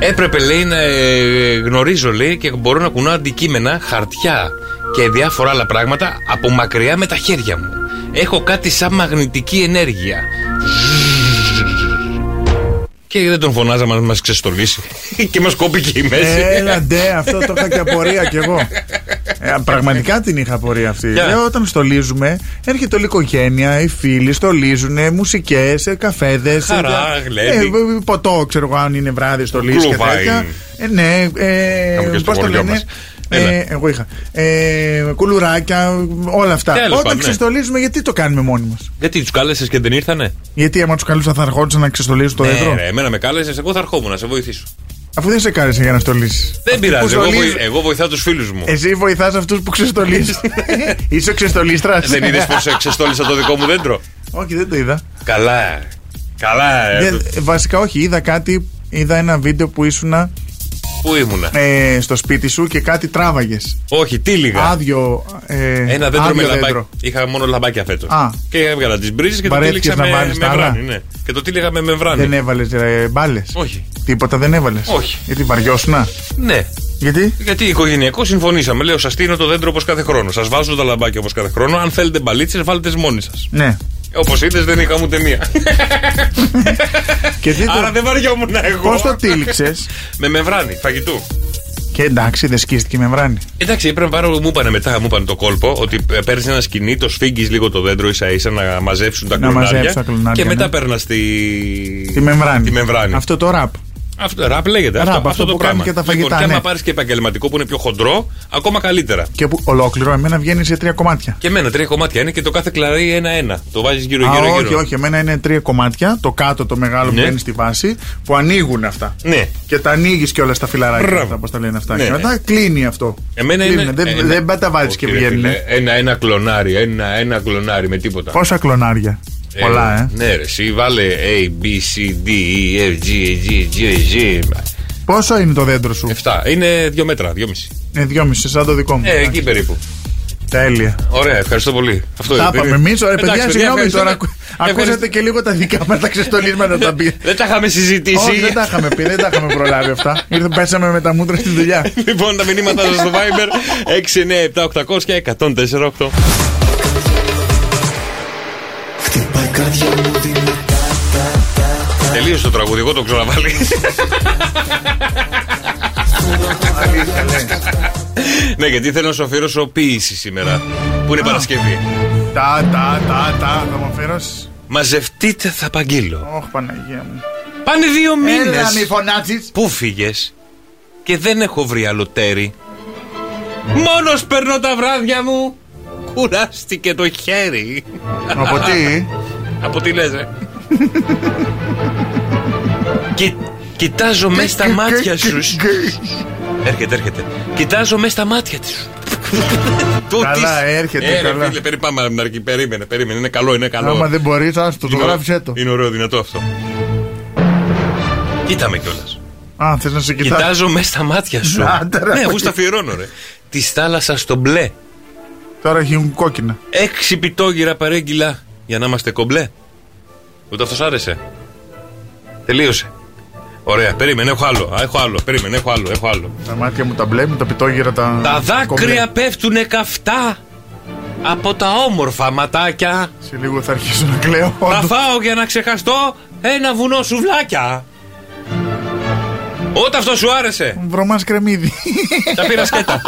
Speaker 1: Έπρεπε, λέει, να ε, γνωρίζω, λέει, και μπορώ να κουνάω αντικείμενα, χαρτιά και διάφορα άλλα πράγματα από μακριά με τα χέρια μου. Έχω κάτι σαν μαγνητική ενέργεια. Και δεν τον φωνάζαμε να μας ξεστολίσει. και μας κόπηκε η μέση.
Speaker 7: Έλα ντε, αυτό το είχα και απορία κι εγώ. Ε, πραγματικά την είχα απορία αυτή.
Speaker 1: Ποια?
Speaker 7: Λέω, όταν στολίζουμε, έρχεται όλη η οικογένεια, οι φίλοι ε, στολίζουν, μουσικέ, καφέδε.
Speaker 1: Χαρά, γλέντι.
Speaker 7: ε, ποτό, ξέρω εγώ, αν είναι βράδυ, στολίζεις και
Speaker 1: Κλουβάιν.
Speaker 7: τέτοια. Ε, ναι,
Speaker 1: Είχαμε και
Speaker 7: ε,
Speaker 1: στο
Speaker 7: πώς το
Speaker 1: χωριό
Speaker 7: λένε.
Speaker 1: μας. Έλα.
Speaker 7: Ε, εγώ είχα. Ε, κουλουράκια, όλα αυτά.
Speaker 1: Τέλος πάντων,
Speaker 7: Όταν
Speaker 1: ναι.
Speaker 7: ξεστολίζουμε, γιατί το κάνουμε μόνοι μας.
Speaker 1: Γιατί τους κάλεσες και δεν ήρθανε.
Speaker 7: Γιατί άμα τους καλούσα θα αρχόντουσαν να ξεστολίζουν το έδρο.
Speaker 1: Ναι, ρε, εμένα με κάλεσες, εγώ θα ερχόμουν να σε βοηθήσω.
Speaker 7: Αφού δεν σε κάλεσε για να στολίσεις.
Speaker 1: Δεν πειράζει, εγώ, βοη- εγώ βοηθάω τους φίλους μου.
Speaker 7: Εσύ βοηθάς αυτούς που ξεστολίζει. Είσαι ο ξεστολίστρας.
Speaker 1: δεν είδες πως ε, ξεστόλισα το δικό μου δέντρο.
Speaker 7: Όχι, δεν το είδα.
Speaker 1: Καλά. Καλά, ε,
Speaker 7: Δεν- βασικά, όχι, είδα κάτι. Είδα ένα βίντεο που ήσουν ε,
Speaker 1: Πού ήμουνα.
Speaker 7: στο σπίτι σου και κάτι τράβαγες.
Speaker 1: Όχι, τι λίγα.
Speaker 7: Άδειο. ε,
Speaker 1: Ένα δέντρο
Speaker 7: άδειο
Speaker 1: με λαμπάκι. Είχα μόνο λαμπάκια φέτος.
Speaker 7: Α.
Speaker 1: Και έβγαλα τις μπρίζες και το
Speaker 7: Βαρέθηκες
Speaker 1: τύλιξα
Speaker 7: να
Speaker 1: με,
Speaker 7: βάλεις
Speaker 1: με
Speaker 7: τα
Speaker 1: βράνι.
Speaker 7: άλλα.
Speaker 1: Ναι. Και το τύλιγα με μεμβράνι.
Speaker 7: Δεν έβαλες μπάλε.
Speaker 1: Ναι. Όχι.
Speaker 7: Τίποτα δεν έβαλες.
Speaker 1: Όχι.
Speaker 7: Γιατί βαριόσουνα.
Speaker 1: Ναι.
Speaker 7: Γιατί.
Speaker 1: Γιατί οικογενειακό συμφωνήσαμε. Λέω, σας στείνω το δέντρο όπως κάθε χρόνο. Σας βάζω τα λαμπάκια όπως κάθε χρόνο. Αν θέλετε μπαλίτσες, βάλτε τις μόνοι σας.
Speaker 7: Ναι.
Speaker 1: Όπως είδες, δεν είχα ούτε μία.
Speaker 7: Και τι
Speaker 1: Άρα
Speaker 7: το.
Speaker 1: δεν βαριόμουν εγώ.
Speaker 7: Πώς το τύλιξες.
Speaker 1: Με μεμβράνι, φαγητού.
Speaker 7: και εντάξει, δεν σκίστηκε η μεμβράνη.
Speaker 1: Εντάξει, έπρεπε να πάρω. Μου είπανε μετά, μου είπανε το κόλπο ότι ε, παίρνεις ένα σκηνή, το σφίγγεις λίγο το δέντρο ίσα ίσα να μαζέψουν τα
Speaker 7: Να
Speaker 1: κλονάρια.
Speaker 7: μαζέψουν τα κλονάρια,
Speaker 1: Και μετά
Speaker 7: ναι.
Speaker 1: παίρνας τη.
Speaker 7: Τη μεμβράνη.
Speaker 1: Τη μεμβράνη.
Speaker 7: Αυτό το ραπ.
Speaker 1: Αυτό, ραπ λέγεται.
Speaker 7: Ραπ,
Speaker 1: αυτό, αυτό,
Speaker 7: αυτό
Speaker 1: το
Speaker 7: που
Speaker 1: πράγμα.
Speaker 7: κάνουν και τα φαγητά,
Speaker 1: Λοιπόν, και άμα
Speaker 7: ναι.
Speaker 1: πάρεις και επαγγελματικό που είναι πιο χοντρό, ακόμα καλύτερα.
Speaker 7: Και που ολόκληρο εμένα βγαίνει σε τρία κομμάτια.
Speaker 1: Και εμένα τρία κομμάτια είναι και το κάθε κλαρί ένα-ένα. Το βάζεις
Speaker 7: Α,
Speaker 1: γύρω-γύρω.
Speaker 7: όχι,
Speaker 1: γύρω.
Speaker 7: όχι, εμένα είναι τρία κομμάτια. Το κάτω, το μεγάλο
Speaker 1: Ναι.
Speaker 7: που είναι στη βάση, που ανοίγουν αυτά.
Speaker 1: Ναι.
Speaker 7: Και τα ανοίγεις και όλα στα φιλαράκια.
Speaker 1: Μπράβο.
Speaker 7: Αυτά, πώς τα λένε αυτά.
Speaker 1: Ναι,
Speaker 7: και
Speaker 1: ναι.
Speaker 7: μετά κλείνει αυτό.
Speaker 1: Εμένα
Speaker 7: Κλείνουν.
Speaker 1: είναι.
Speaker 7: Δεν,
Speaker 1: ένα-
Speaker 7: δεν πα τα βάζει
Speaker 1: Όχι,
Speaker 7: και
Speaker 1: ρε
Speaker 7: βγαίνουν. ε.
Speaker 1: φίλε, Ένα-ένα κλονάρι, ένα-ένα κλονάρι με τίποτα.
Speaker 7: Πόσα κλονάρια.
Speaker 1: Ε,
Speaker 7: Πολλά, ε.
Speaker 1: Ναι, ρε, εσύ βάλε A, B, C, D, E, F, G, G, G, G.
Speaker 7: Πόσο είναι το δέντρο σου,
Speaker 1: Εφτά. Είναι δύο μέτρα, δυόμιση.
Speaker 7: Είναι δυόμιση, σαν το δικό μου.
Speaker 1: Ε, εκεί περίπου.
Speaker 7: Τέλεια.
Speaker 1: Ωραία, ευχαριστώ πολύ. Αυτό
Speaker 7: Τα
Speaker 1: είναι.
Speaker 7: είπαμε εμείς, ωραία
Speaker 1: Εντάξει,
Speaker 7: παιδιά, συγγνώμη
Speaker 1: ευχαριστώ.
Speaker 7: τώρα. ακου- Ακούσατε
Speaker 1: Ευχαριστώ.
Speaker 7: και λίγο τα δικά μας τα ξεστολίσματα τα πει.
Speaker 1: Δεν τα είχαμε συζητήσει.
Speaker 7: Όχι, δεν τα είχαμε πει, δεν τα είχαμε προλάβει αυτά. Ήρθε, πέσαμε με τα μούτρα στη δουλειά.
Speaker 1: Λοιπόν, τα μηνύματά σας στο Viber 697-800 και 1048.
Speaker 3: Χτυπάει η καρδιά μου δυνατά
Speaker 1: Τελείωσε το τραγούδι, εγώ το ξαναβάλει. ναι, γιατί θέλω να σου αφιερώσω ποίηση σήμερα, που είναι Παρασκευή.
Speaker 7: Τα, τα, τα, τα. Θα μου αφιερώσεις.
Speaker 1: Μαζευτείτε, θα παγγείλω.
Speaker 7: Ωχ, Παναγία μου.
Speaker 1: Πάνε δύο μήνε.
Speaker 7: Έλα, μη φωνάζει.
Speaker 1: Πού φύγες και δεν έχω βρει άλλο τέρι. Μόνος περνώ τα βράδια μου. Κουράστηκε το χέρι.
Speaker 7: Από τι.
Speaker 1: Από τι λες ρε Κι, Κοιτάζω μέσα στα μάτια σου Έρχεται έρχεται Κοιτάζω μέσα στα μάτια της σου Του
Speaker 7: Καλά,
Speaker 1: της.
Speaker 7: έρχεται,
Speaker 1: Ε, ρε,
Speaker 7: καλά.
Speaker 1: Φίλε, περί- πάμε να αρκεί, περίμενε, περίμενε, είναι καλό, είναι καλό.
Speaker 7: Άμα δεν μπορείς, άστο, το
Speaker 1: Είναι ωραίο.
Speaker 7: γράφει το.
Speaker 1: Είναι ωραίο, δυνατό αυτό. Κοίταμε κιόλας.
Speaker 7: Α, θες να σε κοιτά.
Speaker 1: Κοιτάζω μέσα στα μάτια σου.
Speaker 7: Άντε, ρε,
Speaker 1: ναι, εγώ
Speaker 7: όχι.
Speaker 1: στα αφιερώνω, ρε. Τη θάλασσα στο μπλε.
Speaker 7: Τώρα έχουν κόκκινα.
Speaker 1: Έξι πιτόγυρα παρέγγυλα για να είμαστε κομπλέ. Ούτε αυτός άρεσε. Τελείωσε. Ωραία, περίμενε, έχω άλλο. Α, έχω άλλο, περίμενε, έχω άλλο, έχω άλλο.
Speaker 7: Τα μάτια μου τα μπλε, με τα πιτόγυρα τα.
Speaker 1: Τα δάκρυα
Speaker 7: κομπλέ.
Speaker 1: πέφτουνε καυτά από τα όμορφα ματάκια.
Speaker 7: Σε λίγο θα αρχίσω να κλαίω.
Speaker 1: Θα
Speaker 7: όντως.
Speaker 1: φάω για να ξεχαστώ ένα βουνό σουβλάκια. Ό,τι αυτός σου άρεσε,
Speaker 7: Βρωμάς κρεμμύδι.
Speaker 1: τα πήρα σκέτα.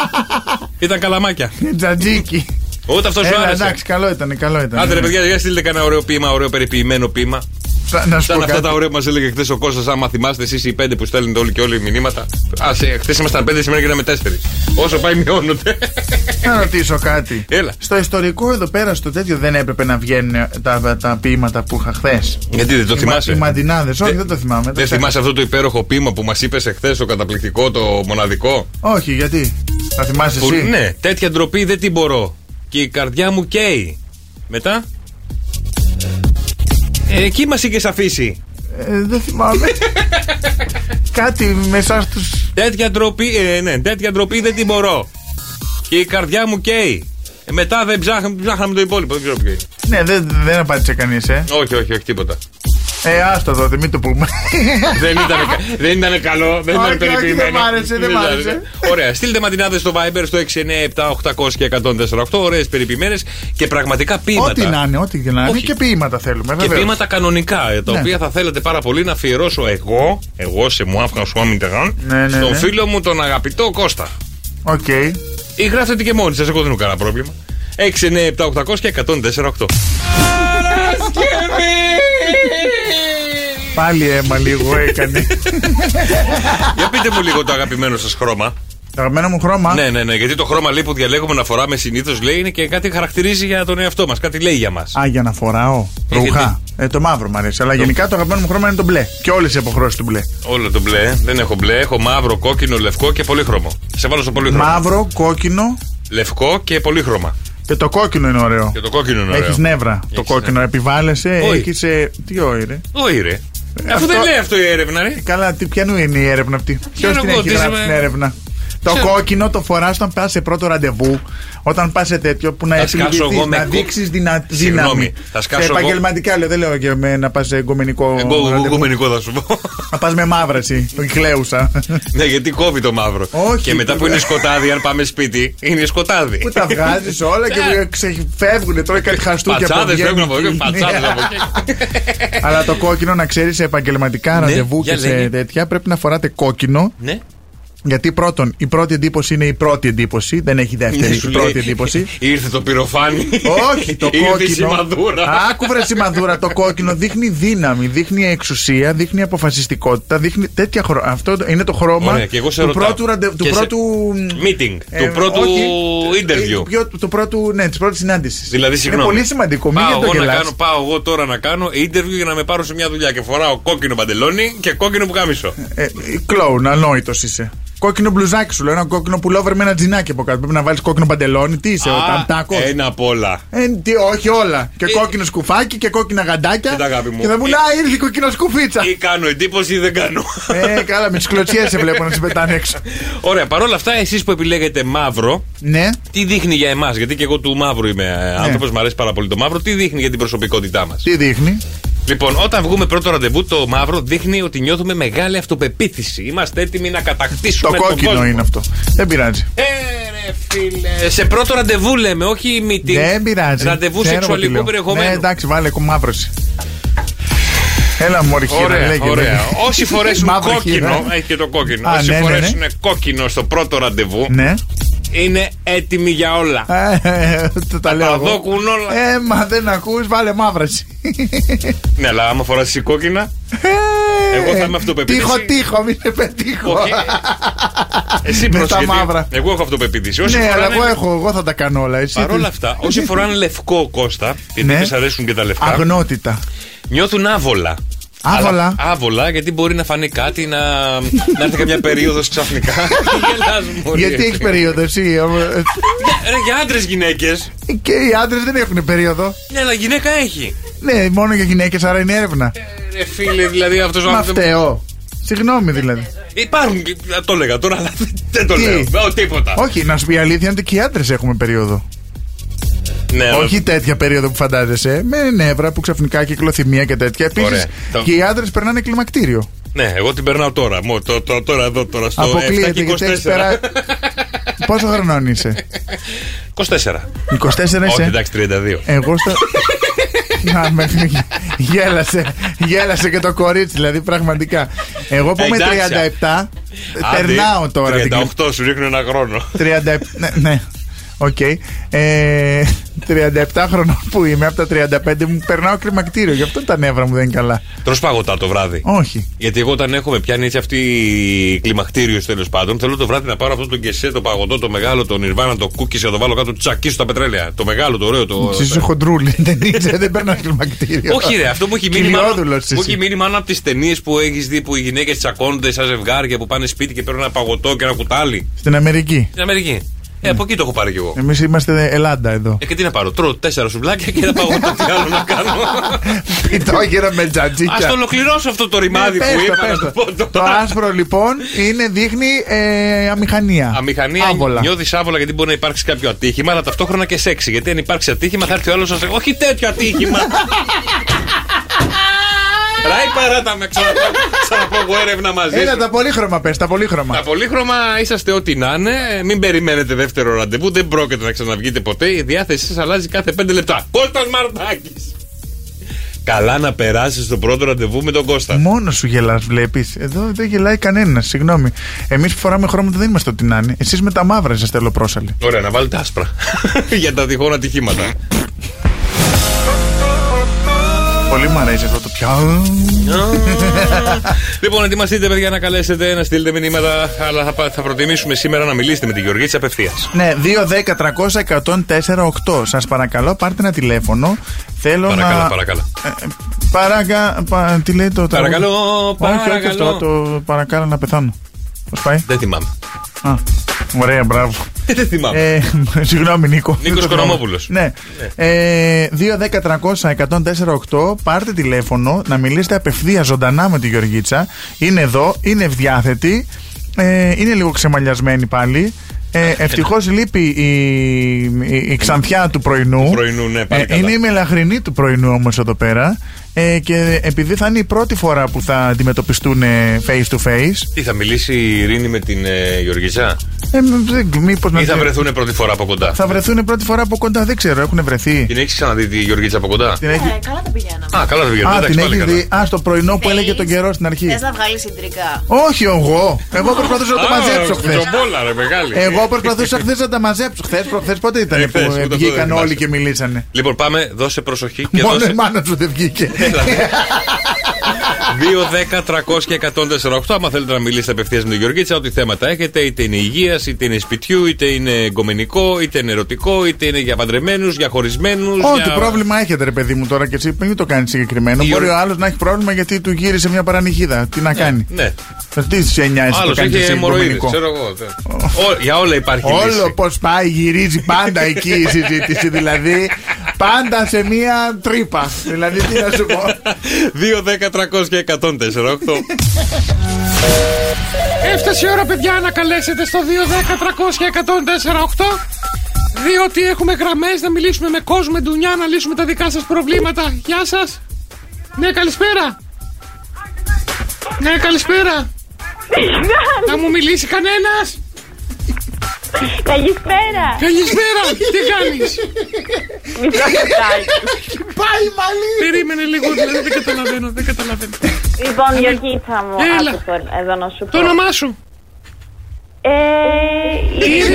Speaker 1: Ήταν καλαμάκια.
Speaker 7: Τζατζίκι.
Speaker 1: Ό,τι αυτό σου
Speaker 7: Έλα,
Speaker 1: άρεσε.
Speaker 7: εντάξει, καλό ήταν, καλό ήταν.
Speaker 1: Άντε ρε παιδιά, για στείλτε κανένα ωραίο ποίημα, ωραίο περιποιημένο ποίημα.
Speaker 7: Θα- Να σου πω
Speaker 1: Σαν αυτά
Speaker 7: κάτι.
Speaker 1: τα ωραία που μας έλεγε χθες ο Κώστας, άμα θυμάστε εσείς οι πέντε που στέλνετε όλοι και όλοι οι μηνύματα. Ας, χθες ήμασταν πέντε, σήμερα γίναμε τέσσερις. Όσο πάει, μειώνονται.
Speaker 7: Να ρωτήσω κάτι.
Speaker 1: Έλα.
Speaker 7: Στο ιστορικό εδώ πέρα, στο τέτοιο, δεν έπρεπε να βγαίνουν τα, τα ποίηματα που είχα χθες.
Speaker 1: Γιατί δεν το θυμάσαι.
Speaker 7: Οι μαντινάδες, όχι, δεν το θυμάμαι.
Speaker 1: Δεν
Speaker 7: το
Speaker 1: θυμάσαι αυτό το υπέροχο ποίημα που μας είπες εχθές, το καταπληκτικό, το μοναδικό.
Speaker 7: ξέχασα. Όχι, γιατί. Θα θυμάσαι
Speaker 1: Που,
Speaker 7: εσύ.
Speaker 1: ναι, τέτοια ντροπή δεν την μπορώ. Και η καρδιά μου καίει. Μετά. Ε, εκεί μας είχες αφήσει.
Speaker 7: Ε, δεν θυμάμαι. Κάτι με εσά του.
Speaker 1: Τέτοια ντροπή, ε, ναι, τέτοια ντροπή δεν την μπορώ. Και η καρδιά μου καίει. Ε, μετά δεν ψάχναμε, ψάχναμε το υπόλοιπο. Δεν ξέρω ποιο είναι.
Speaker 7: Ναι, δεν, δεν απάντησε κανείς, ε.
Speaker 1: Όχι, όχι, όχι, τίποτα.
Speaker 7: Ε, άστο εδώ, μην το πούμε.
Speaker 1: δεν, ήταν, κα- δεν ήταν καλό, δεν
Speaker 7: Όχι,
Speaker 1: ήταν
Speaker 7: όχι,
Speaker 1: περιποιημένο.
Speaker 7: δεν μ' άρεσε, δεν μ'
Speaker 1: ήταν.
Speaker 7: άρεσε.
Speaker 1: Ωραία, στείλτε ματινάδες στο Viber στο 697 800 και 148. Ωραίες περιποιημένες και πραγματικά ποίηματα.
Speaker 7: ό,τι να είναι, ό,τι και να είναι.
Speaker 1: Όχι.
Speaker 7: Και ποίηματα θέλουμε,
Speaker 1: Και
Speaker 7: βέβαια.
Speaker 1: ποίηματα κανονικά, ε, τα
Speaker 7: Ναι.
Speaker 1: οποία θα θέλετε πάρα πολύ να αφιερώσω εγώ, εγώ σε μου άφηνα σου άμυντεγαν,
Speaker 7: Ναι, ναι,
Speaker 1: στον
Speaker 7: ναι.
Speaker 1: φίλο μου τον αγαπητό Κώστα.
Speaker 7: Οκ.
Speaker 1: Ή γράφτε την και μόνοι σας, εγώ δεν έχω κανένα πρόβλημα. 6, 9, 7, 800 και 104, 8.
Speaker 7: Πάλι αίμα λίγο έκανε.
Speaker 1: Για πείτε μου λίγο το αγαπημένο σας χρώμα.
Speaker 7: Το αγαπημένο μου χρώμα.
Speaker 1: Ναι, ναι, ναι. Γιατί το χρώμα λέει που διαλέγουμε να φοράμε συνήθως λέει είναι και κάτι χαρακτηρίζει για τον εαυτό μας. Κάτι λέει για μας.
Speaker 7: Α, για να φοράω ρούχα. Ε, το μαύρο μου αρέσει. Αλλά γενικά το αγαπημένο μου χρώμα είναι το μπλε. Και όλες οι αποχρώσεις του μπλε.
Speaker 1: Όλο το μπλε. Δεν έχω μπλε. Έχω μαύρο, κόκκινο, λευκό και πολύχρωμο. Σε βάλω στο πολύχρωμο.
Speaker 7: Μαύρο, κόκκινο
Speaker 1: Λευκό και πολύχρωμα.
Speaker 7: και το κόκκινο είναι ωραίο.
Speaker 1: Και το κόκκινο είναι ωραίο.
Speaker 7: Έχεις νεύρα. το κόκκινο επιβάλλεσαι.
Speaker 1: Όχι.
Speaker 7: Έχεις. Ε, τι ώρε.
Speaker 1: Όχι, ρε. Αφού
Speaker 7: Ε, αυτό-
Speaker 1: δεν λέει αυτό η έρευνα, ρε.
Speaker 7: Καλά, τι πιανού είναι η έρευνα αυτή. Ποιος την
Speaker 1: εγώ,
Speaker 7: έχει
Speaker 1: τι
Speaker 7: γράψει
Speaker 1: είμαι.
Speaker 7: την έρευνα. Το
Speaker 1: Ξέρω.
Speaker 7: κόκκινο το φοράς όταν πας σε πρώτο ραντεβού, όταν πας σε τέτοιο που να
Speaker 1: Θα σκάσω
Speaker 7: επιληφθείς,
Speaker 1: εγώ με
Speaker 7: να
Speaker 1: κο-
Speaker 7: δείξεις
Speaker 1: Συγγνώμη,
Speaker 7: δύναμη.
Speaker 1: θα σκάσω
Speaker 7: Σε
Speaker 1: εγώ- Ε,
Speaker 7: επαγγελματικά λέω, δεν λέω και με, να πας σε εγκομενικό.
Speaker 1: Εγώ
Speaker 7: ραντεβού.
Speaker 1: γουμενικό θα σου πω.
Speaker 7: Να πας με μαύραση, τον κλαίουσα.
Speaker 1: ναι, γιατί κόβει το μαύρο.
Speaker 7: Όχι.
Speaker 1: Και μετά που είναι σκοτάδι, αν πάμε σπίτι, είναι σκοτάδι.
Speaker 7: Που τα βγάζεις όλα και ξεφεύγουν τώρα κάτι χαστούκια από
Speaker 1: Πατσάδε φεύγουν από εδώ,
Speaker 7: βγαίνουν.
Speaker 1: πατσάδε από εκεί. Ναι,
Speaker 7: Αλλά το κόκκινο να ξέρεις σε επαγγελματικά ραντεβού
Speaker 1: για
Speaker 7: και σε
Speaker 1: λέγε.
Speaker 7: τέτοια πρέπει να φοράτε κόκκινο.
Speaker 1: Ναι.
Speaker 7: Γιατί πρώτον, η πρώτη εντύπωση είναι η πρώτη εντύπωση. Δεν έχει δεύτερη
Speaker 1: Ναι, Σου
Speaker 7: η
Speaker 1: λέει,
Speaker 7: πρώτη εντύπωση.
Speaker 1: Ήρθε το πυροφάνι.
Speaker 7: Όχι, το
Speaker 1: Ήρθε η
Speaker 7: κόκκινο.
Speaker 1: σημαδούρα.
Speaker 7: Άκου βρε σημαδούρα. Το κόκκινο δείχνει δύναμη, δείχνει εξουσία, δείχνει αποφασιστικότητα, δείχνει τέτοια χρώμα. Αυτό είναι το χρώμα
Speaker 1: Ωραία, και εγώ σε
Speaker 7: του
Speaker 1: ρωτάω.
Speaker 7: πρώτου ραντε- του
Speaker 1: Και σε-
Speaker 7: πρώτου. Ε,
Speaker 1: Meeting, του πρώτου
Speaker 7: όχι,
Speaker 1: interview.
Speaker 7: Του, πιο- του πρώτου, ναι, της πρώτης συνάντησης.
Speaker 1: Δηλαδή, συγγνώμη.
Speaker 7: Είναι πολύ σημαντικό. Μην
Speaker 1: πάω,
Speaker 7: το
Speaker 1: εγώ να
Speaker 7: γελάς.
Speaker 1: κάνω, πάω εγώ τώρα να κάνω interview για να με πάρω σε μια δουλειά και φοράω κόκκινο παντελόνι και κόκκινο πουκάμισο.
Speaker 7: Ε, κλόουν, ανόητος είσαι. Κόκκινο μπλουζάκι σου λέω, ένα κόκκινο πουλόβερ με ένα τζινάκι από κάτω. Πρέπει να βάλεις κόκκινο παντελόνι, τι είσαι, ο
Speaker 1: Α,
Speaker 7: ταμτάκος.
Speaker 1: Ένα απ' όλα.
Speaker 7: Ε, τι, όχι όλα. Και
Speaker 1: Ε,
Speaker 7: κόκκινο σκουφάκι και κόκκινα γαντάκια.
Speaker 1: Κοίτα, αγάπη μου.
Speaker 7: Και θα μου
Speaker 1: Ε,
Speaker 7: λέει, Α, ήρθε η κόκκινο σκουφίτσα.
Speaker 1: Ή κάνω εντύπωση ή δεν κάνω.
Speaker 7: ε, καλά, με τις κλωτσιές σε βλέπω να σε πετάνε έξω.
Speaker 1: Ωραία, παρόλα αυτά, εσείς που επιλέγετε μαύρο,
Speaker 7: ναι.
Speaker 1: τι δείχνει για εμάς, γιατί και εγώ του μαύρου είμαι άνθρωπο, μου αρέσει πάρα πολύ το μαύρο, τι δείχνει για την προσωπικότητά μας.
Speaker 7: Τι δείχνει.
Speaker 1: Λοιπόν, όταν βγούμε πρώτο ραντεβού, το μαύρο δείχνει ότι νιώθουμε μεγάλη αυτοπεποίθηση. Είμαστε έτοιμοι να
Speaker 7: Το
Speaker 1: κατακτήσουμε τον κόσμο.
Speaker 7: κόκκινο είναι αυτό. Δεν πειράζει.
Speaker 1: Ε, ρε φίλε. Σε πρώτο ραντεβού λέμε, όχι meeting.
Speaker 7: Δεν πειράζει.
Speaker 1: Ραντεβού
Speaker 7: Ξέρω τι
Speaker 1: σεξουαλικού
Speaker 7: λέω. Ναι,
Speaker 1: περιεχομένου.
Speaker 7: εντάξει, βάλε μαύρωση. Έλα, μωρή χείρα,
Speaker 1: Ωραία,
Speaker 7: λέγε,
Speaker 1: ωραία.
Speaker 7: λέγε.
Speaker 1: Όσοι φορέσουν
Speaker 7: Μαύρη
Speaker 1: κόκκινο, ε.
Speaker 7: χείρα.
Speaker 1: έχει και το κόκκινο.
Speaker 7: ναι. Α,
Speaker 1: Όσοι
Speaker 7: ναι, ναι, ναι.
Speaker 1: φορέσουν κόκκινο στο πρώτο ραντεβού,
Speaker 7: Ναι.
Speaker 1: είναι έτοιμοι για όλα.
Speaker 7: Ε, το τα λέω. εγώ.
Speaker 1: δόκουν όλα.
Speaker 7: Ε, μα δεν ακούς, βάλε μαύραση.
Speaker 1: Ναι, αλλά άμα φοράς εσύ κόκκινα, Εγώ θα
Speaker 7: Ε,
Speaker 1: είμαι αυτοπεποίθηση.
Speaker 7: Τύχο, τύχο, μην σε πετύχω.
Speaker 1: όχι. Εσύ
Speaker 7: Με τα
Speaker 1: προσχετή.
Speaker 7: μαύρα.
Speaker 1: Εγώ έχω αυτοπεποίθηση. Όσοι
Speaker 7: ναι, αλλά
Speaker 1: φοράνε-
Speaker 7: εγώ έχω, εγώ θα τα κάνω όλα. Εσύ. τι-
Speaker 1: Παρόλα αυτά, όσοι φοράνε λευκό Κώστα, γιατί
Speaker 7: Ναι.
Speaker 1: ναι. αρέσουν και τα λευκά,
Speaker 7: Αγνότητα.
Speaker 1: νιώθουν άβολα.
Speaker 7: Άβολα.
Speaker 1: Αλλά- άβολα, γιατί μπορεί να φανεί κάτι, να, να έρθει κάποια περίοδος ξαφνικά. Γελάς, μωρή.
Speaker 7: Γιατί έχει περίοδο, εσύ. ε, ε,
Speaker 1: Ρε, για άντρες γυναίκες.
Speaker 7: Και οι άντρες δεν έχουν περίοδο.
Speaker 1: Ναι, αλλά γυναίκα έχει.
Speaker 7: Ναι, μόνο για γυναίκες, άρα είναι έρευνα.
Speaker 1: Ε, Ρε φίλε, δηλαδή αυτός ο
Speaker 7: Μα
Speaker 1: άνθρωπος.
Speaker 7: φταίω. Συγγνώμη δηλαδή.
Speaker 1: Υπάρχουν. και- α, Το έλεγα τώρα, αλλά δεν το
Speaker 7: Τι?
Speaker 1: λέω. Ω, τίποτα.
Speaker 7: Όχι, να σου πει η αλήθεια είναι ότι και οι άντρες έχουμε περίοδο.
Speaker 1: Ε, Ναι, αλλά-
Speaker 7: Όχι τέτοια περίοδο που φαντάζεσαι. Με νεύρα που ξαφνικά κυκλοθυμία και τέτοια. Επίσης
Speaker 1: Ωραία. Το-
Speaker 7: και οι άντρες περνάνε κλιμακτήριο.
Speaker 1: Ναι, εγώ την περνάω τώρα. Μω, το, το, τώρα εδώ, τώρα στο 7
Speaker 7: Αποκλείεται
Speaker 1: και
Speaker 7: γιατί έχεις
Speaker 1: 24.
Speaker 7: περάσει. Πόσο χρονών είσαι,
Speaker 1: 24.
Speaker 7: 24
Speaker 1: Όχι,
Speaker 7: είσαι.
Speaker 1: εντάξει, 32.
Speaker 7: Εγώ στο. Να με γέλασε, γέλασε και το κορίτσι, δηλαδή πραγματικά. Εγώ που είμαι
Speaker 1: Εντάξει.
Speaker 7: 37,
Speaker 1: Άντε,
Speaker 7: Ε, περνάω τώρα την
Speaker 1: 38 σου ρίχνω ένα χρόνο.
Speaker 7: 37. Ναι, ναι. Οκ. Ε, 37 χρονών που είμαι, από τα 35 μου περνάω κρεμακτήριο. Γι' αυτό τα νεύρα μου δεν είναι καλά.
Speaker 1: Τρως παγωτά το βράδυ.
Speaker 7: Όχι.
Speaker 1: Γιατί εγώ όταν έχω με πιάνει έτσι αυτή η κλιμακτήριο τέλος πάντων, θέλω το βράδυ να πάρω αυτό το κεσέ, το παγωτό, το μεγάλο, το νιρβάνα, το κούκκι, να το βάλω κάτω, τσακίσω τα πετρέλαια. Το μεγάλο, το ωραίο, το.
Speaker 7: Εσύ είσαι χοντρούλη. Δεν ήξερα, δεν περνά κλιμακτήριο.
Speaker 1: Όχι, ρε, αυτό που έχει μείνει. μάλλον-
Speaker 7: Κυλιόδουλος
Speaker 1: Μου
Speaker 7: είσαι.
Speaker 1: έχει μείνει μάλλον από τις ταινίες που έχεις δει που οι γυναίκες τσακώνονται σαν ζευγάρια που πάνε σπίτι και παίρνουν ένα παγωτό και ένα κουτάλι.
Speaker 7: Στην Αμερική.
Speaker 1: Στην Αμερική. Ε, από εκεί το έχω πάρει κι εγώ.
Speaker 7: Εμείς είμαστε Ελλάδα εδώ.
Speaker 1: Ε, και τι να πάρω, τρώω τέσσερα σουβλάκια και ένα παγωτό. Τι άλλο να κάνω.
Speaker 7: Πιτόγυρα με
Speaker 1: Ας το
Speaker 7: τζατζίκια.
Speaker 1: ολοκληρώσω αυτό το ρημάδι
Speaker 7: Ε,
Speaker 1: που
Speaker 7: πες το,
Speaker 1: είπα.
Speaker 7: πες
Speaker 1: να
Speaker 7: το.
Speaker 1: το πω
Speaker 7: Το
Speaker 1: τώρα.
Speaker 7: άσπρο λοιπόν είναι, δείχνει ε, αμηχανία.
Speaker 1: Αμηχανία
Speaker 7: Άβολα.
Speaker 1: νιώθεις άβολα γιατί μπορεί να υπάρξει κάποιο ατύχημα, αλλά ταυτόχρονα και σεξι. Γιατί αν υπάρξει ατύχημα θα έρθει ο άλλος να σε Όχι τέτοιο ατύχημα. Ράι παράτα με ξαναπώ ξαναπώ εγώ έρευνα μαζί.
Speaker 7: Έλα
Speaker 1: σου.
Speaker 7: τα πολύχρωμα πες, τα πολύχρωμα.
Speaker 1: Τα πολύχρωμα είσαστε ό,τι να είναι. Μην περιμένετε δεύτερο ραντεβού. Δεν πρόκειται να ξαναβγείτε ποτέ. Η διάθεσή σας αλλάζει κάθε 5 λεπτά. Κώστας Μαρτάκης Καλά να περάσεις το πρώτο ραντεβού με τον Κώστα.
Speaker 7: Μόνος σου γελάς, βλέπεις. Εδώ δεν γελάει κανένας, συγγνώμη. Εμείς που φοράμε χρώματα δεν είμαστε ό,τι να είναι. Εσείς με τα μαύρα είσαστε ολοπρόσαλοι.
Speaker 1: Ωραία, να βάλετε άσπρα. Για τα τυχόν ατυχήματα.
Speaker 7: Πολύ μου αρέσει αυτό το πια.
Speaker 1: λοιπόν, ετοιμαστείτε, παιδιά, να καλέσετε, να στείλετε μηνύματα. Αλλά θα, πα- θα προτιμήσουμε σήμερα να μιλήσετε με τη Γεωργίτσα απευθείας.
Speaker 7: Ναι, 2-10-300-104-8. Σας παρακαλώ, πάρτε ένα τηλέφωνο. Θέλω
Speaker 1: Παρακαλώ,
Speaker 7: να.
Speaker 1: παρακαλώ.
Speaker 7: Παρακα... Πα... Τι λέει το τραγούδι?
Speaker 1: Παρακαλώ,
Speaker 7: Όχι, όχι
Speaker 1: παρακαλώ.
Speaker 7: αυτό. Το παρακαλώ να πεθάνω. Πώς πάει.
Speaker 1: Δεν θυμάμαι.
Speaker 7: Α, ωραία, μπράβο.
Speaker 1: Δεν θυμάμαι.
Speaker 7: Ε, συγγνώμη, Νίκο.
Speaker 1: Νίκος
Speaker 7: Δεν το
Speaker 1: Οικονομόπουλος.
Speaker 7: θυμάμαι. Ναι. Ε, 2-10-300-104-8. Πάρτε τηλέφωνο να μιλήσετε απευθεία ζωντανά με τη Γεωργίτσα. Είναι εδώ, είναι ευδιάθετη. Ε, είναι λίγο ξεμαλιασμένη πάλι. Ε, Ευτυχώ λείπει η, η, η ξανθιά του πρωινού. Ε,
Speaker 1: πρωινού, ναι, πάλι καλά.
Speaker 7: είναι η μελαχρινή του πρωινού όμως εδώ πέρα. Ε, και επειδή θα είναι η πρώτη φορά που θα αντιμετωπιστούν ε, face to face.
Speaker 1: Τι θα μιλήσει η Ειρήνη με την ε, Γεωργίτσα,
Speaker 7: Ε, δεν- μήπως να
Speaker 1: ή θα
Speaker 7: τη-
Speaker 1: βρεθούν πρώτη φορά από κοντά.
Speaker 7: θα βρεθούν πρώτη φορά από κοντά, δεν ξέρω, έχουν βρεθεί.
Speaker 1: Την έχεις ξαναδεί τη Γεωργίτσα από κοντά.
Speaker 7: Την έχει...
Speaker 6: Ε, καλά τα πηγαίναμε.
Speaker 1: Α, καλά δεν βγαίνει.
Speaker 7: Ε. Α,
Speaker 1: Εντάξει,
Speaker 7: την
Speaker 1: πάλι
Speaker 7: έχει
Speaker 1: καλά.
Speaker 7: δει. Α, στο πρωινό που έλεγε τον καιρό στην αρχή.
Speaker 6: Θες να βγάλεις συντρικά.
Speaker 7: Όχι εγώ. Εγώ προσπαθούσα να τα
Speaker 1: Α,
Speaker 7: μαζέψω Ε. χθε.
Speaker 1: κουτσομπόλα, ρε, μεγάλη.
Speaker 7: Εγώ προσπαθούσα χθες να τα μαζέψω. Χθες, προχθέ πότε
Speaker 1: Ε,
Speaker 7: ήταν που
Speaker 1: χθες, ούτε
Speaker 7: ε,
Speaker 1: αυτό δεν
Speaker 7: βγήκαν
Speaker 1: θυμάσαι.
Speaker 7: όλοι και μιλήσανε.
Speaker 1: Λοιπόν, πάμε, δώσε προσοχή και Ε,
Speaker 7: Μόνο
Speaker 1: δώσε.
Speaker 7: η μάνα του δεν βγήκε.
Speaker 1: 2, 10, 300 και 148. Άμα θέλετε να μιλήσετε απευθείας με τον Γεωργίτσα, ό,τι θέματα έχετε, είτε είναι υγεία, είτε είναι σπιτιού, είτε είναι εγκομενικό, είτε είναι ερωτικό, είτε είναι για παντρεμένους, για χωρισμένους.
Speaker 7: Ό,τι
Speaker 1: για...
Speaker 7: πρόβλημα έχετε, ρε παιδί μου τώρα και εσύ, μην το κάνεις συγκεκριμένο.
Speaker 1: Η
Speaker 7: Μπορεί
Speaker 1: ώρα-
Speaker 7: ο άλλος να έχει πρόβλημα γιατί του γύρισε μια παρανυχίδα. Τι να κάνει.
Speaker 1: Ναι.
Speaker 7: Τι σε νοιάζει
Speaker 1: Άλλο
Speaker 7: το κάνει
Speaker 1: έχει
Speaker 7: εσύ
Speaker 1: αιμορροίδε.
Speaker 7: υπομονικό.
Speaker 1: Ξέρω εγώ. δεν- Ό, για όλα υπάρχει
Speaker 7: Όλο
Speaker 1: λύση.
Speaker 7: πώς πάει, γυρίζει πάντα εκεί η συζήτηση. Δηλαδή, πάντα σε μία τρύπα. Δηλαδή, τι να σου
Speaker 1: 2,
Speaker 7: πω.
Speaker 1: 10, 300 και 148.
Speaker 8: Έφτασε η ώρα, παιδιά, να καλέσετε στο 210-300-1048. Διότι έχουμε γραμμές να μιλήσουμε με κόσμο, με ντουνιά, να λύσουμε τα δικά σας προβλήματα. Γεια σας. Ναι, καλησπέρα. Ναι, καλησπέρα. Να μου μιλήσει κανένας.
Speaker 9: Καλησπέρα.
Speaker 8: Καλησπέρα. Τι κάνεις.
Speaker 9: Μισό λεπτάκι.
Speaker 7: Πάει μαλλί.
Speaker 8: Περίμενε λίγο, δηλαδή δεν καταλαβαίνω. Δεν καταλαβαίνω.
Speaker 9: Λοιπόν, Γεωργίτσα μου,
Speaker 8: Έλα.
Speaker 9: άκουσα εδώ να σου πω.
Speaker 8: Το όνομά σου.
Speaker 9: Ε,
Speaker 8: Η Ειρήνη.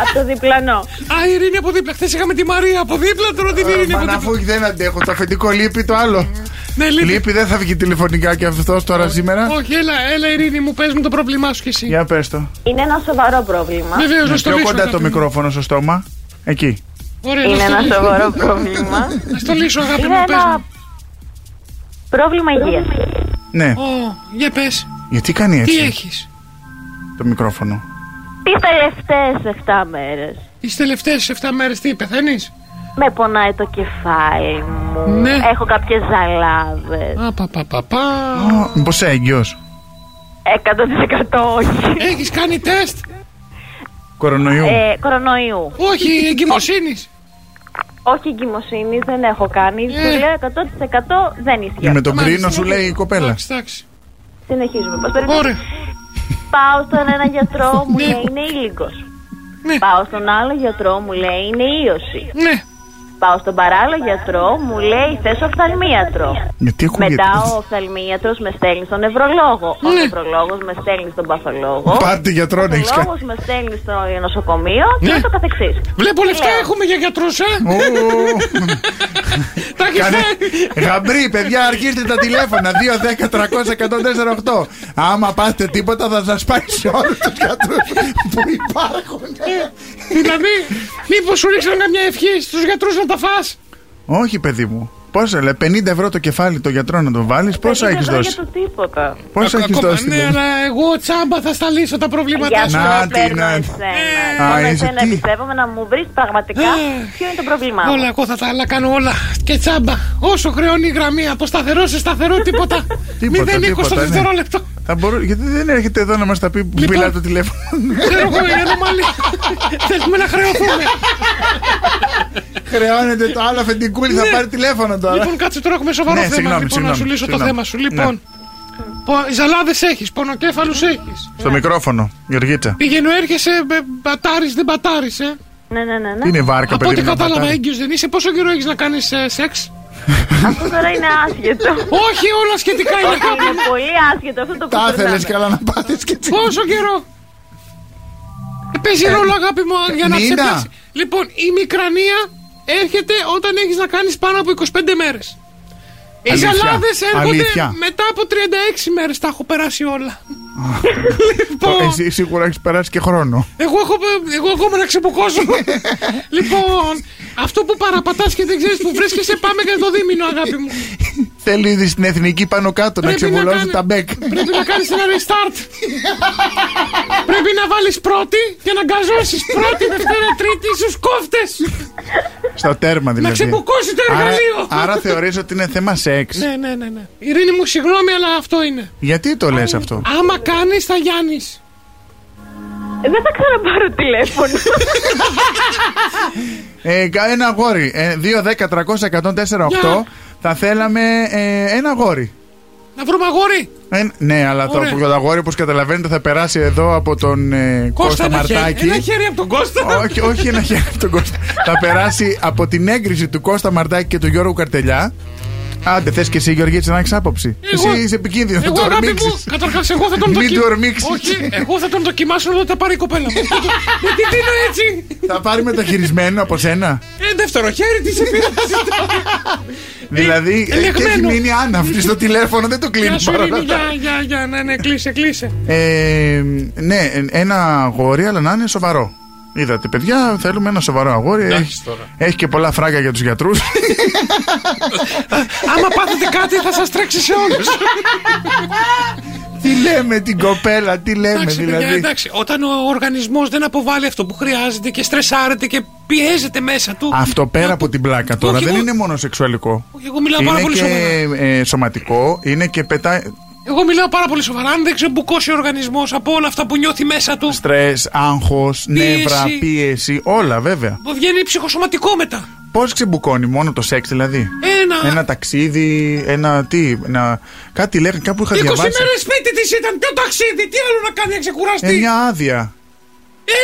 Speaker 9: από το διπλανό.
Speaker 8: Α, η Ειρήνη από δίπλα. Χθες είχαμε τη Μαρία από δίπλα, τώρα την Ειρήνη από δίπλα.
Speaker 7: Αφού δεν αντέχω, το αφεντικό λείπει το άλλο.
Speaker 8: Ναι, λείπει.
Speaker 7: Λείπει, δεν θα βγει τηλεφωνικά και αυτός
Speaker 8: Ε,
Speaker 7: τώρα σήμερα.
Speaker 8: Όχι, έλα, έλα, Ειρήνη μου, πες μου το πρόβλημά σου κι εσύ.
Speaker 7: Για πες το.
Speaker 9: Είναι ένα σοβαρό πρόβλημα.
Speaker 8: Βεβαίως, να ε, στο
Speaker 7: Πιο
Speaker 8: λύσω.
Speaker 7: κοντά το
Speaker 8: αγάπη μου.
Speaker 7: μικρόφωνο στο στόμα. Εκεί.
Speaker 8: Ωραία, να
Speaker 9: Είναι
Speaker 8: στο
Speaker 9: ένα
Speaker 8: λύσω.
Speaker 9: σοβαρό πρόβλημα.
Speaker 8: Να στο λύσω, αγάπη
Speaker 9: Είναι
Speaker 8: μου, πες
Speaker 9: ένα
Speaker 8: μου.
Speaker 9: πρόβλημα υγείας.
Speaker 7: Ναι.
Speaker 8: Ω, για πες,
Speaker 7: Γιατί κάνει
Speaker 8: Ε, τι
Speaker 7: έτσι
Speaker 8: έχεις.
Speaker 7: το μικρόφωνο.
Speaker 9: Τις τελευταίες 7 μέρες
Speaker 8: Τις τελευταίες 7 μέρες τι πεθαίνεις.
Speaker 9: με πονάει το κεφάλι μου.
Speaker 8: Ναι.
Speaker 9: Έχω κάποιες ζαλάδες.
Speaker 8: Α, πα, πα, πα, πα.
Speaker 7: Μήπω είσαι έγκυο.
Speaker 9: 100% όχι.
Speaker 8: Έχεις κάνει τεστ.
Speaker 7: Κορονοϊού.
Speaker 9: Ε, κορονοϊού.
Speaker 8: Όχι, εγκυμοσύνης. Ε,
Speaker 9: Όχι εγκυμοσύνης, δεν έχω κάνει. Σου λέω 100% δεν
Speaker 7: Και
Speaker 9: ισχύει.
Speaker 7: με τον
Speaker 8: μάλιστα.
Speaker 7: κρίνο σου λέει η κοπέλα.
Speaker 8: Εντάξει, εντάξει.
Speaker 9: Συνεχίζουμε. Πώς περίπου.
Speaker 8: Ωραία.
Speaker 9: Πάω στον ένα γιατρό, μου λέει είναι ήλικος.
Speaker 8: Ναι.
Speaker 9: Πάω στον άλλο γιατρό, μου λέει είναι ίωση.
Speaker 8: Ναι.
Speaker 9: Πάω στον παράλληλο γιατρό, μου λέει θες οφθαλμίατρο.
Speaker 7: Γιατί ακούγεται.
Speaker 9: Μετά ο οφθαλμίατρος με στέλνει στον νευρολόγο. Ο
Speaker 8: Ναι.
Speaker 9: νευρολόγος με στέλνει στον παθολόγο.
Speaker 7: Πάρτε γιατρό να έχεις
Speaker 9: Ο
Speaker 7: κάνει.
Speaker 9: λόγο με στέλνει στο νοσοκομείο
Speaker 8: Ναι.
Speaker 9: και το καθεξής.
Speaker 8: Βλέπω λεφτά έχουμε για γιατρούς, ε!
Speaker 7: Ου,
Speaker 8: Τα έχεις
Speaker 7: κάνε-
Speaker 8: φέρει.
Speaker 7: Γαμπρί, παιδιά, αρχίστε τα τηλέφωνα. 2, 10, 300, 148. Άμα πάτε τίποτα, θα σας πάει σε όλους τους γιατρούς που υπάρχουν.
Speaker 8: Δηλαδή, μήπως σου ρίξαν καμιά ευχή στους γιατρούς να τα φας
Speaker 7: Όχι, παιδί μου. Πόσα λέει, 50 ευρώ το κεφάλι το γιατρό να το βάλει, πόσα
Speaker 9: Δεν
Speaker 7: έχει
Speaker 9: ξέρω
Speaker 7: δώσει.
Speaker 9: Για το τίποτα.
Speaker 7: Πόσα
Speaker 8: Ακ-
Speaker 7: έχει
Speaker 8: ακόμα,
Speaker 7: δώσει.
Speaker 8: Ναι,
Speaker 7: δηλαδή.
Speaker 8: αλλά εγώ τσάμπα θα στα λύσω τα προβλήματά
Speaker 9: Για
Speaker 8: σου.
Speaker 7: Να
Speaker 9: αυτό
Speaker 7: τι,
Speaker 9: παίρνω
Speaker 7: να-
Speaker 9: εσένα.
Speaker 7: Α,
Speaker 9: Μόνο
Speaker 7: είσαι
Speaker 9: εσένα
Speaker 7: τι.
Speaker 9: εμπιστεύομαι να μου βρεις πραγματικά ποιο είναι το πρόβλημά μου.
Speaker 8: Όλα, εγώ θα τα άλλα κάνω όλα. Και τσάμπα. Όσο χρεώνει η γραμμή από σταθερό σε σταθερό, τίποτα.
Speaker 7: Τίποτα,
Speaker 8: Μηδέν είκοσι
Speaker 7: τίποτα,
Speaker 8: στο
Speaker 7: ναι.
Speaker 8: δευτερόλεπτο.
Speaker 7: Θα μπορού- Γιατί δεν έρχεται εδώ να μας τα πει που
Speaker 8: Λοιπόν.
Speaker 7: μιλά το τηλέφωνο.
Speaker 8: Ξέρω εγώ, η ανομαλία. Θέλουμε να χρεωθούμε.
Speaker 7: Χρεώνεται το άλλο αφεντικούλι, θα πάρει τηλέφωνο τώρα.
Speaker 8: Λοιπόν, κάτσε τώρα έχουμε σοβαρό
Speaker 7: Ναι,
Speaker 8: θέμα.
Speaker 7: συγγνώμη,
Speaker 8: λοιπόν, να
Speaker 7: συγγνώμη,
Speaker 8: σου λύσω το
Speaker 7: συγγνώμη. Ναι.
Speaker 8: θέμα σου. Λοιπόν, πο- ζαλάδες έχεις, πονοκέφαλους έχεις.
Speaker 7: Στο μικρόφωνο, Γεωργίτσα.
Speaker 8: Πηγαίνω, έρχεσαι, με ε, μπατάρεις, δεν μπατάρεις, ε.
Speaker 9: Ναι, ναι, ναι. ναι.
Speaker 7: Είναι βάρκα,
Speaker 8: Από ό,τι
Speaker 7: παιδί μου. να
Speaker 8: κατάλαβα,
Speaker 7: πατάει.
Speaker 8: έγκυος δεν είσαι. Πόσο καιρό έχεις να κάνεις ε, σεξ.
Speaker 9: Αυτό τώρα είναι άσχετο.
Speaker 8: Όχι, όλα σχετικά είναι κάπου.
Speaker 9: είναι πολύ άσχετο αυτό το που
Speaker 7: Τα
Speaker 9: περνάμε.
Speaker 7: ήθελε καλά να πάτε και έτσι.
Speaker 8: Πόσο καιρό. Ε, Παίζει ρόλο, αγάπη μου, για να
Speaker 7: μήνα.
Speaker 8: ξεπλέξει. Λοιπόν, η μικρανία έρχεται όταν έχεις να κάνεις πάνω από 25 μέρες. Οι
Speaker 7: Αλήθεια.
Speaker 8: ζαλάδες έρχονται
Speaker 7: Αλήθεια.
Speaker 8: μετά από 36 μέρες. Τα έχω περάσει όλα. λοιπόν,
Speaker 7: Εσύ σίγουρα έχεις περάσει και χρόνο.
Speaker 8: εγώ, έχω, εγώ ακόμα να ξεποκώσω. λοιπόν, αυτό που παραπατάς και δεν ξέρεις που βρίσκεσαι, πάμε για το δίμηνο, αγάπη μου.
Speaker 7: Θέλει στην εθνική πάνω κάτω να
Speaker 8: Πρέπει να
Speaker 7: ξεβολώσει
Speaker 8: κάνει-
Speaker 7: τα μπέκ.
Speaker 8: Πρέπει να κάνεις ένα restart. Πρέπει να βάλεις πρώτη και να γκαζώσεις πρώτη, δευτέρα, τρίτη στους κόφτες.
Speaker 7: Στα τέρμα
Speaker 8: να
Speaker 7: δηλαδή.
Speaker 8: ξεποκώσει το
Speaker 7: Άρα,
Speaker 8: εργαλείο.
Speaker 7: άρα θεωρείς ότι είναι θέμα σεξ.
Speaker 8: Ναι, ναι, ναι, ναι. Ειρήνη μου, συγγνώμη, αλλά αυτό είναι.
Speaker 7: Γιατί το λες αυτό.
Speaker 8: Άμα κάνεις, θα Γιάννης.
Speaker 9: Δεν θα ξαναπάρω τηλέφωνο.
Speaker 7: Ε, κα- ένα αγόρι. Ε, 2, 10, 300, 104, 8.
Speaker 8: Για.
Speaker 7: Θα θέλαμε ε, ένα αγόρι.
Speaker 8: Να βρούμε αγόρι.
Speaker 7: Ε, ναι, αλλά το,
Speaker 8: Ωραία.
Speaker 7: το αγόρι, όπως καταλαβαίνετε, θα περάσει εδώ από τον ε, Κώστα,
Speaker 8: ένα
Speaker 7: Μαρτάκη.
Speaker 8: χέρι. Ένα χέρι από τον Κώστα.
Speaker 7: όχι, όχι ένα χέρι από τον Κώστα. θα περάσει από την έγκριση του Κώστα Μαρτάκη και του Γιώργου Καρτελιά. Άντε, θες και εσύ, Γεωργίτσα, να έχεις άποψη.
Speaker 8: Εγώ-
Speaker 7: εσύ είσαι επικίνδυνος, θα
Speaker 8: Εγώ
Speaker 7: το
Speaker 8: αγάπη μου,
Speaker 7: ορμήξεις.
Speaker 8: καταρχάς εγώ θα τον
Speaker 7: Μην
Speaker 8: δοκιμάσω.
Speaker 7: του ορμήξεις.
Speaker 8: Όχι, εγώ θα τον δοκιμάσω όταν τα πάρει η κοπέλα μου. Γιατί δίνω έτσι.
Speaker 7: Θα πάρει μεταχειρισμένο από σένα.
Speaker 8: Ε, δεύτερο χέρι, τι σε πειράζει τώρα.
Speaker 7: δηλαδή, ε, και έχει
Speaker 8: ελεγμένο.
Speaker 7: μείνει άναυτη στο τηλέφωνο, δεν το κλείνει
Speaker 8: Γεια σου,
Speaker 7: παρόλα
Speaker 8: Ειρήνη,
Speaker 7: αυτά.
Speaker 8: για, για, για, ναι, ναι, κλείσε, κλείσε.
Speaker 7: Ε, ναι, ένα αγόρι, αλλά να είναι σοβαρό. Είδατε, παιδιά, θέλουμε ένα σοβαρό αγόρι. Έχει,
Speaker 1: τώρα.
Speaker 7: έχει και πολλά φράγκα για τους γιατρούς.
Speaker 8: Άμα πάθετε κάτι, θα σας τρέξει σε όλους.
Speaker 7: τι λέμε την κοπέλα, τι λέμε
Speaker 8: εντάξει, παιδιά,
Speaker 7: δηλαδή.
Speaker 8: εντάξει, όταν ο οργανισμός δεν αποβάλλει αυτό που χρειάζεται και στρεσάρεται και πιέζεται μέσα του.
Speaker 7: Αυτό πέρα από την πλάκα τώρα
Speaker 8: Όχι,
Speaker 7: δεν
Speaker 8: εγώ-
Speaker 7: είναι μόνο σεξουαλικό.
Speaker 8: Εγώ μιλάω πάρα
Speaker 7: Είναι
Speaker 8: πολύ
Speaker 7: και
Speaker 8: σοβαρά.
Speaker 7: ε, σωματικό, είναι και πετάει
Speaker 8: Εγώ μιλάω πάρα πολύ σοβαρά. Αν δεν ξεμπουκώσει ο οργανισμός από όλα αυτά που νιώθει μέσα του,
Speaker 7: στρες, άγχος, νεύρα,
Speaker 8: Πίεση.
Speaker 7: πίεση, όλα βέβαια.
Speaker 8: βγαίνει ψυχοσωματικό μετά.
Speaker 7: Πώς ξεμπουκώνει μόνο το σεξ δηλαδή.
Speaker 8: Ένα.
Speaker 7: Ένα ταξίδι, ένα τι, ένα, κάτι λέγανε, κάπου είχα
Speaker 8: 20
Speaker 7: διαβάσει.
Speaker 8: μέρες σπίτι της ήταν, ποιο ταξίδι, τι άλλο να κάνει να
Speaker 7: Ε,
Speaker 8: ξεκουραστεί.
Speaker 7: μια άδεια.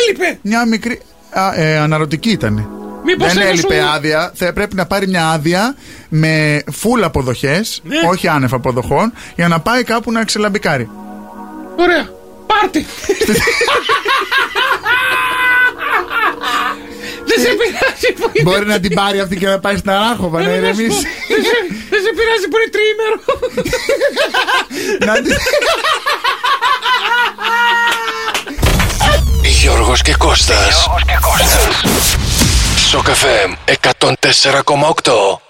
Speaker 8: Έλειπε.
Speaker 7: Μια μικρή. Α, ε, αναρωτική ήταν.
Speaker 8: Μήπως
Speaker 7: Δεν
Speaker 8: έδωσε
Speaker 7: έλειπε
Speaker 8: ο-
Speaker 7: άδεια. Θα πρέπει να πάρει μια άδεια με φουλ αποδοχές,
Speaker 8: Ναι. Ναι.
Speaker 7: όχι άνευ αποδοχών, για να πάει κάπου να ξελαμπικάρει.
Speaker 8: Ωραία. Πάρτι. Δεν σε πειράζει που είναι.
Speaker 7: Μπορεί να την πάρει αυτή και να πάει στην Αράχοβα να
Speaker 8: Έλα να σου πω.
Speaker 7: ηρεμήσει.
Speaker 8: Δεν σε- Δεν σε πειράζει που είναι τριήμερο. ναι.
Speaker 7: Να την-
Speaker 6: Γιώργος και Κώστας. Γιώργος και Κώστας. Σοκαφέ 104,8.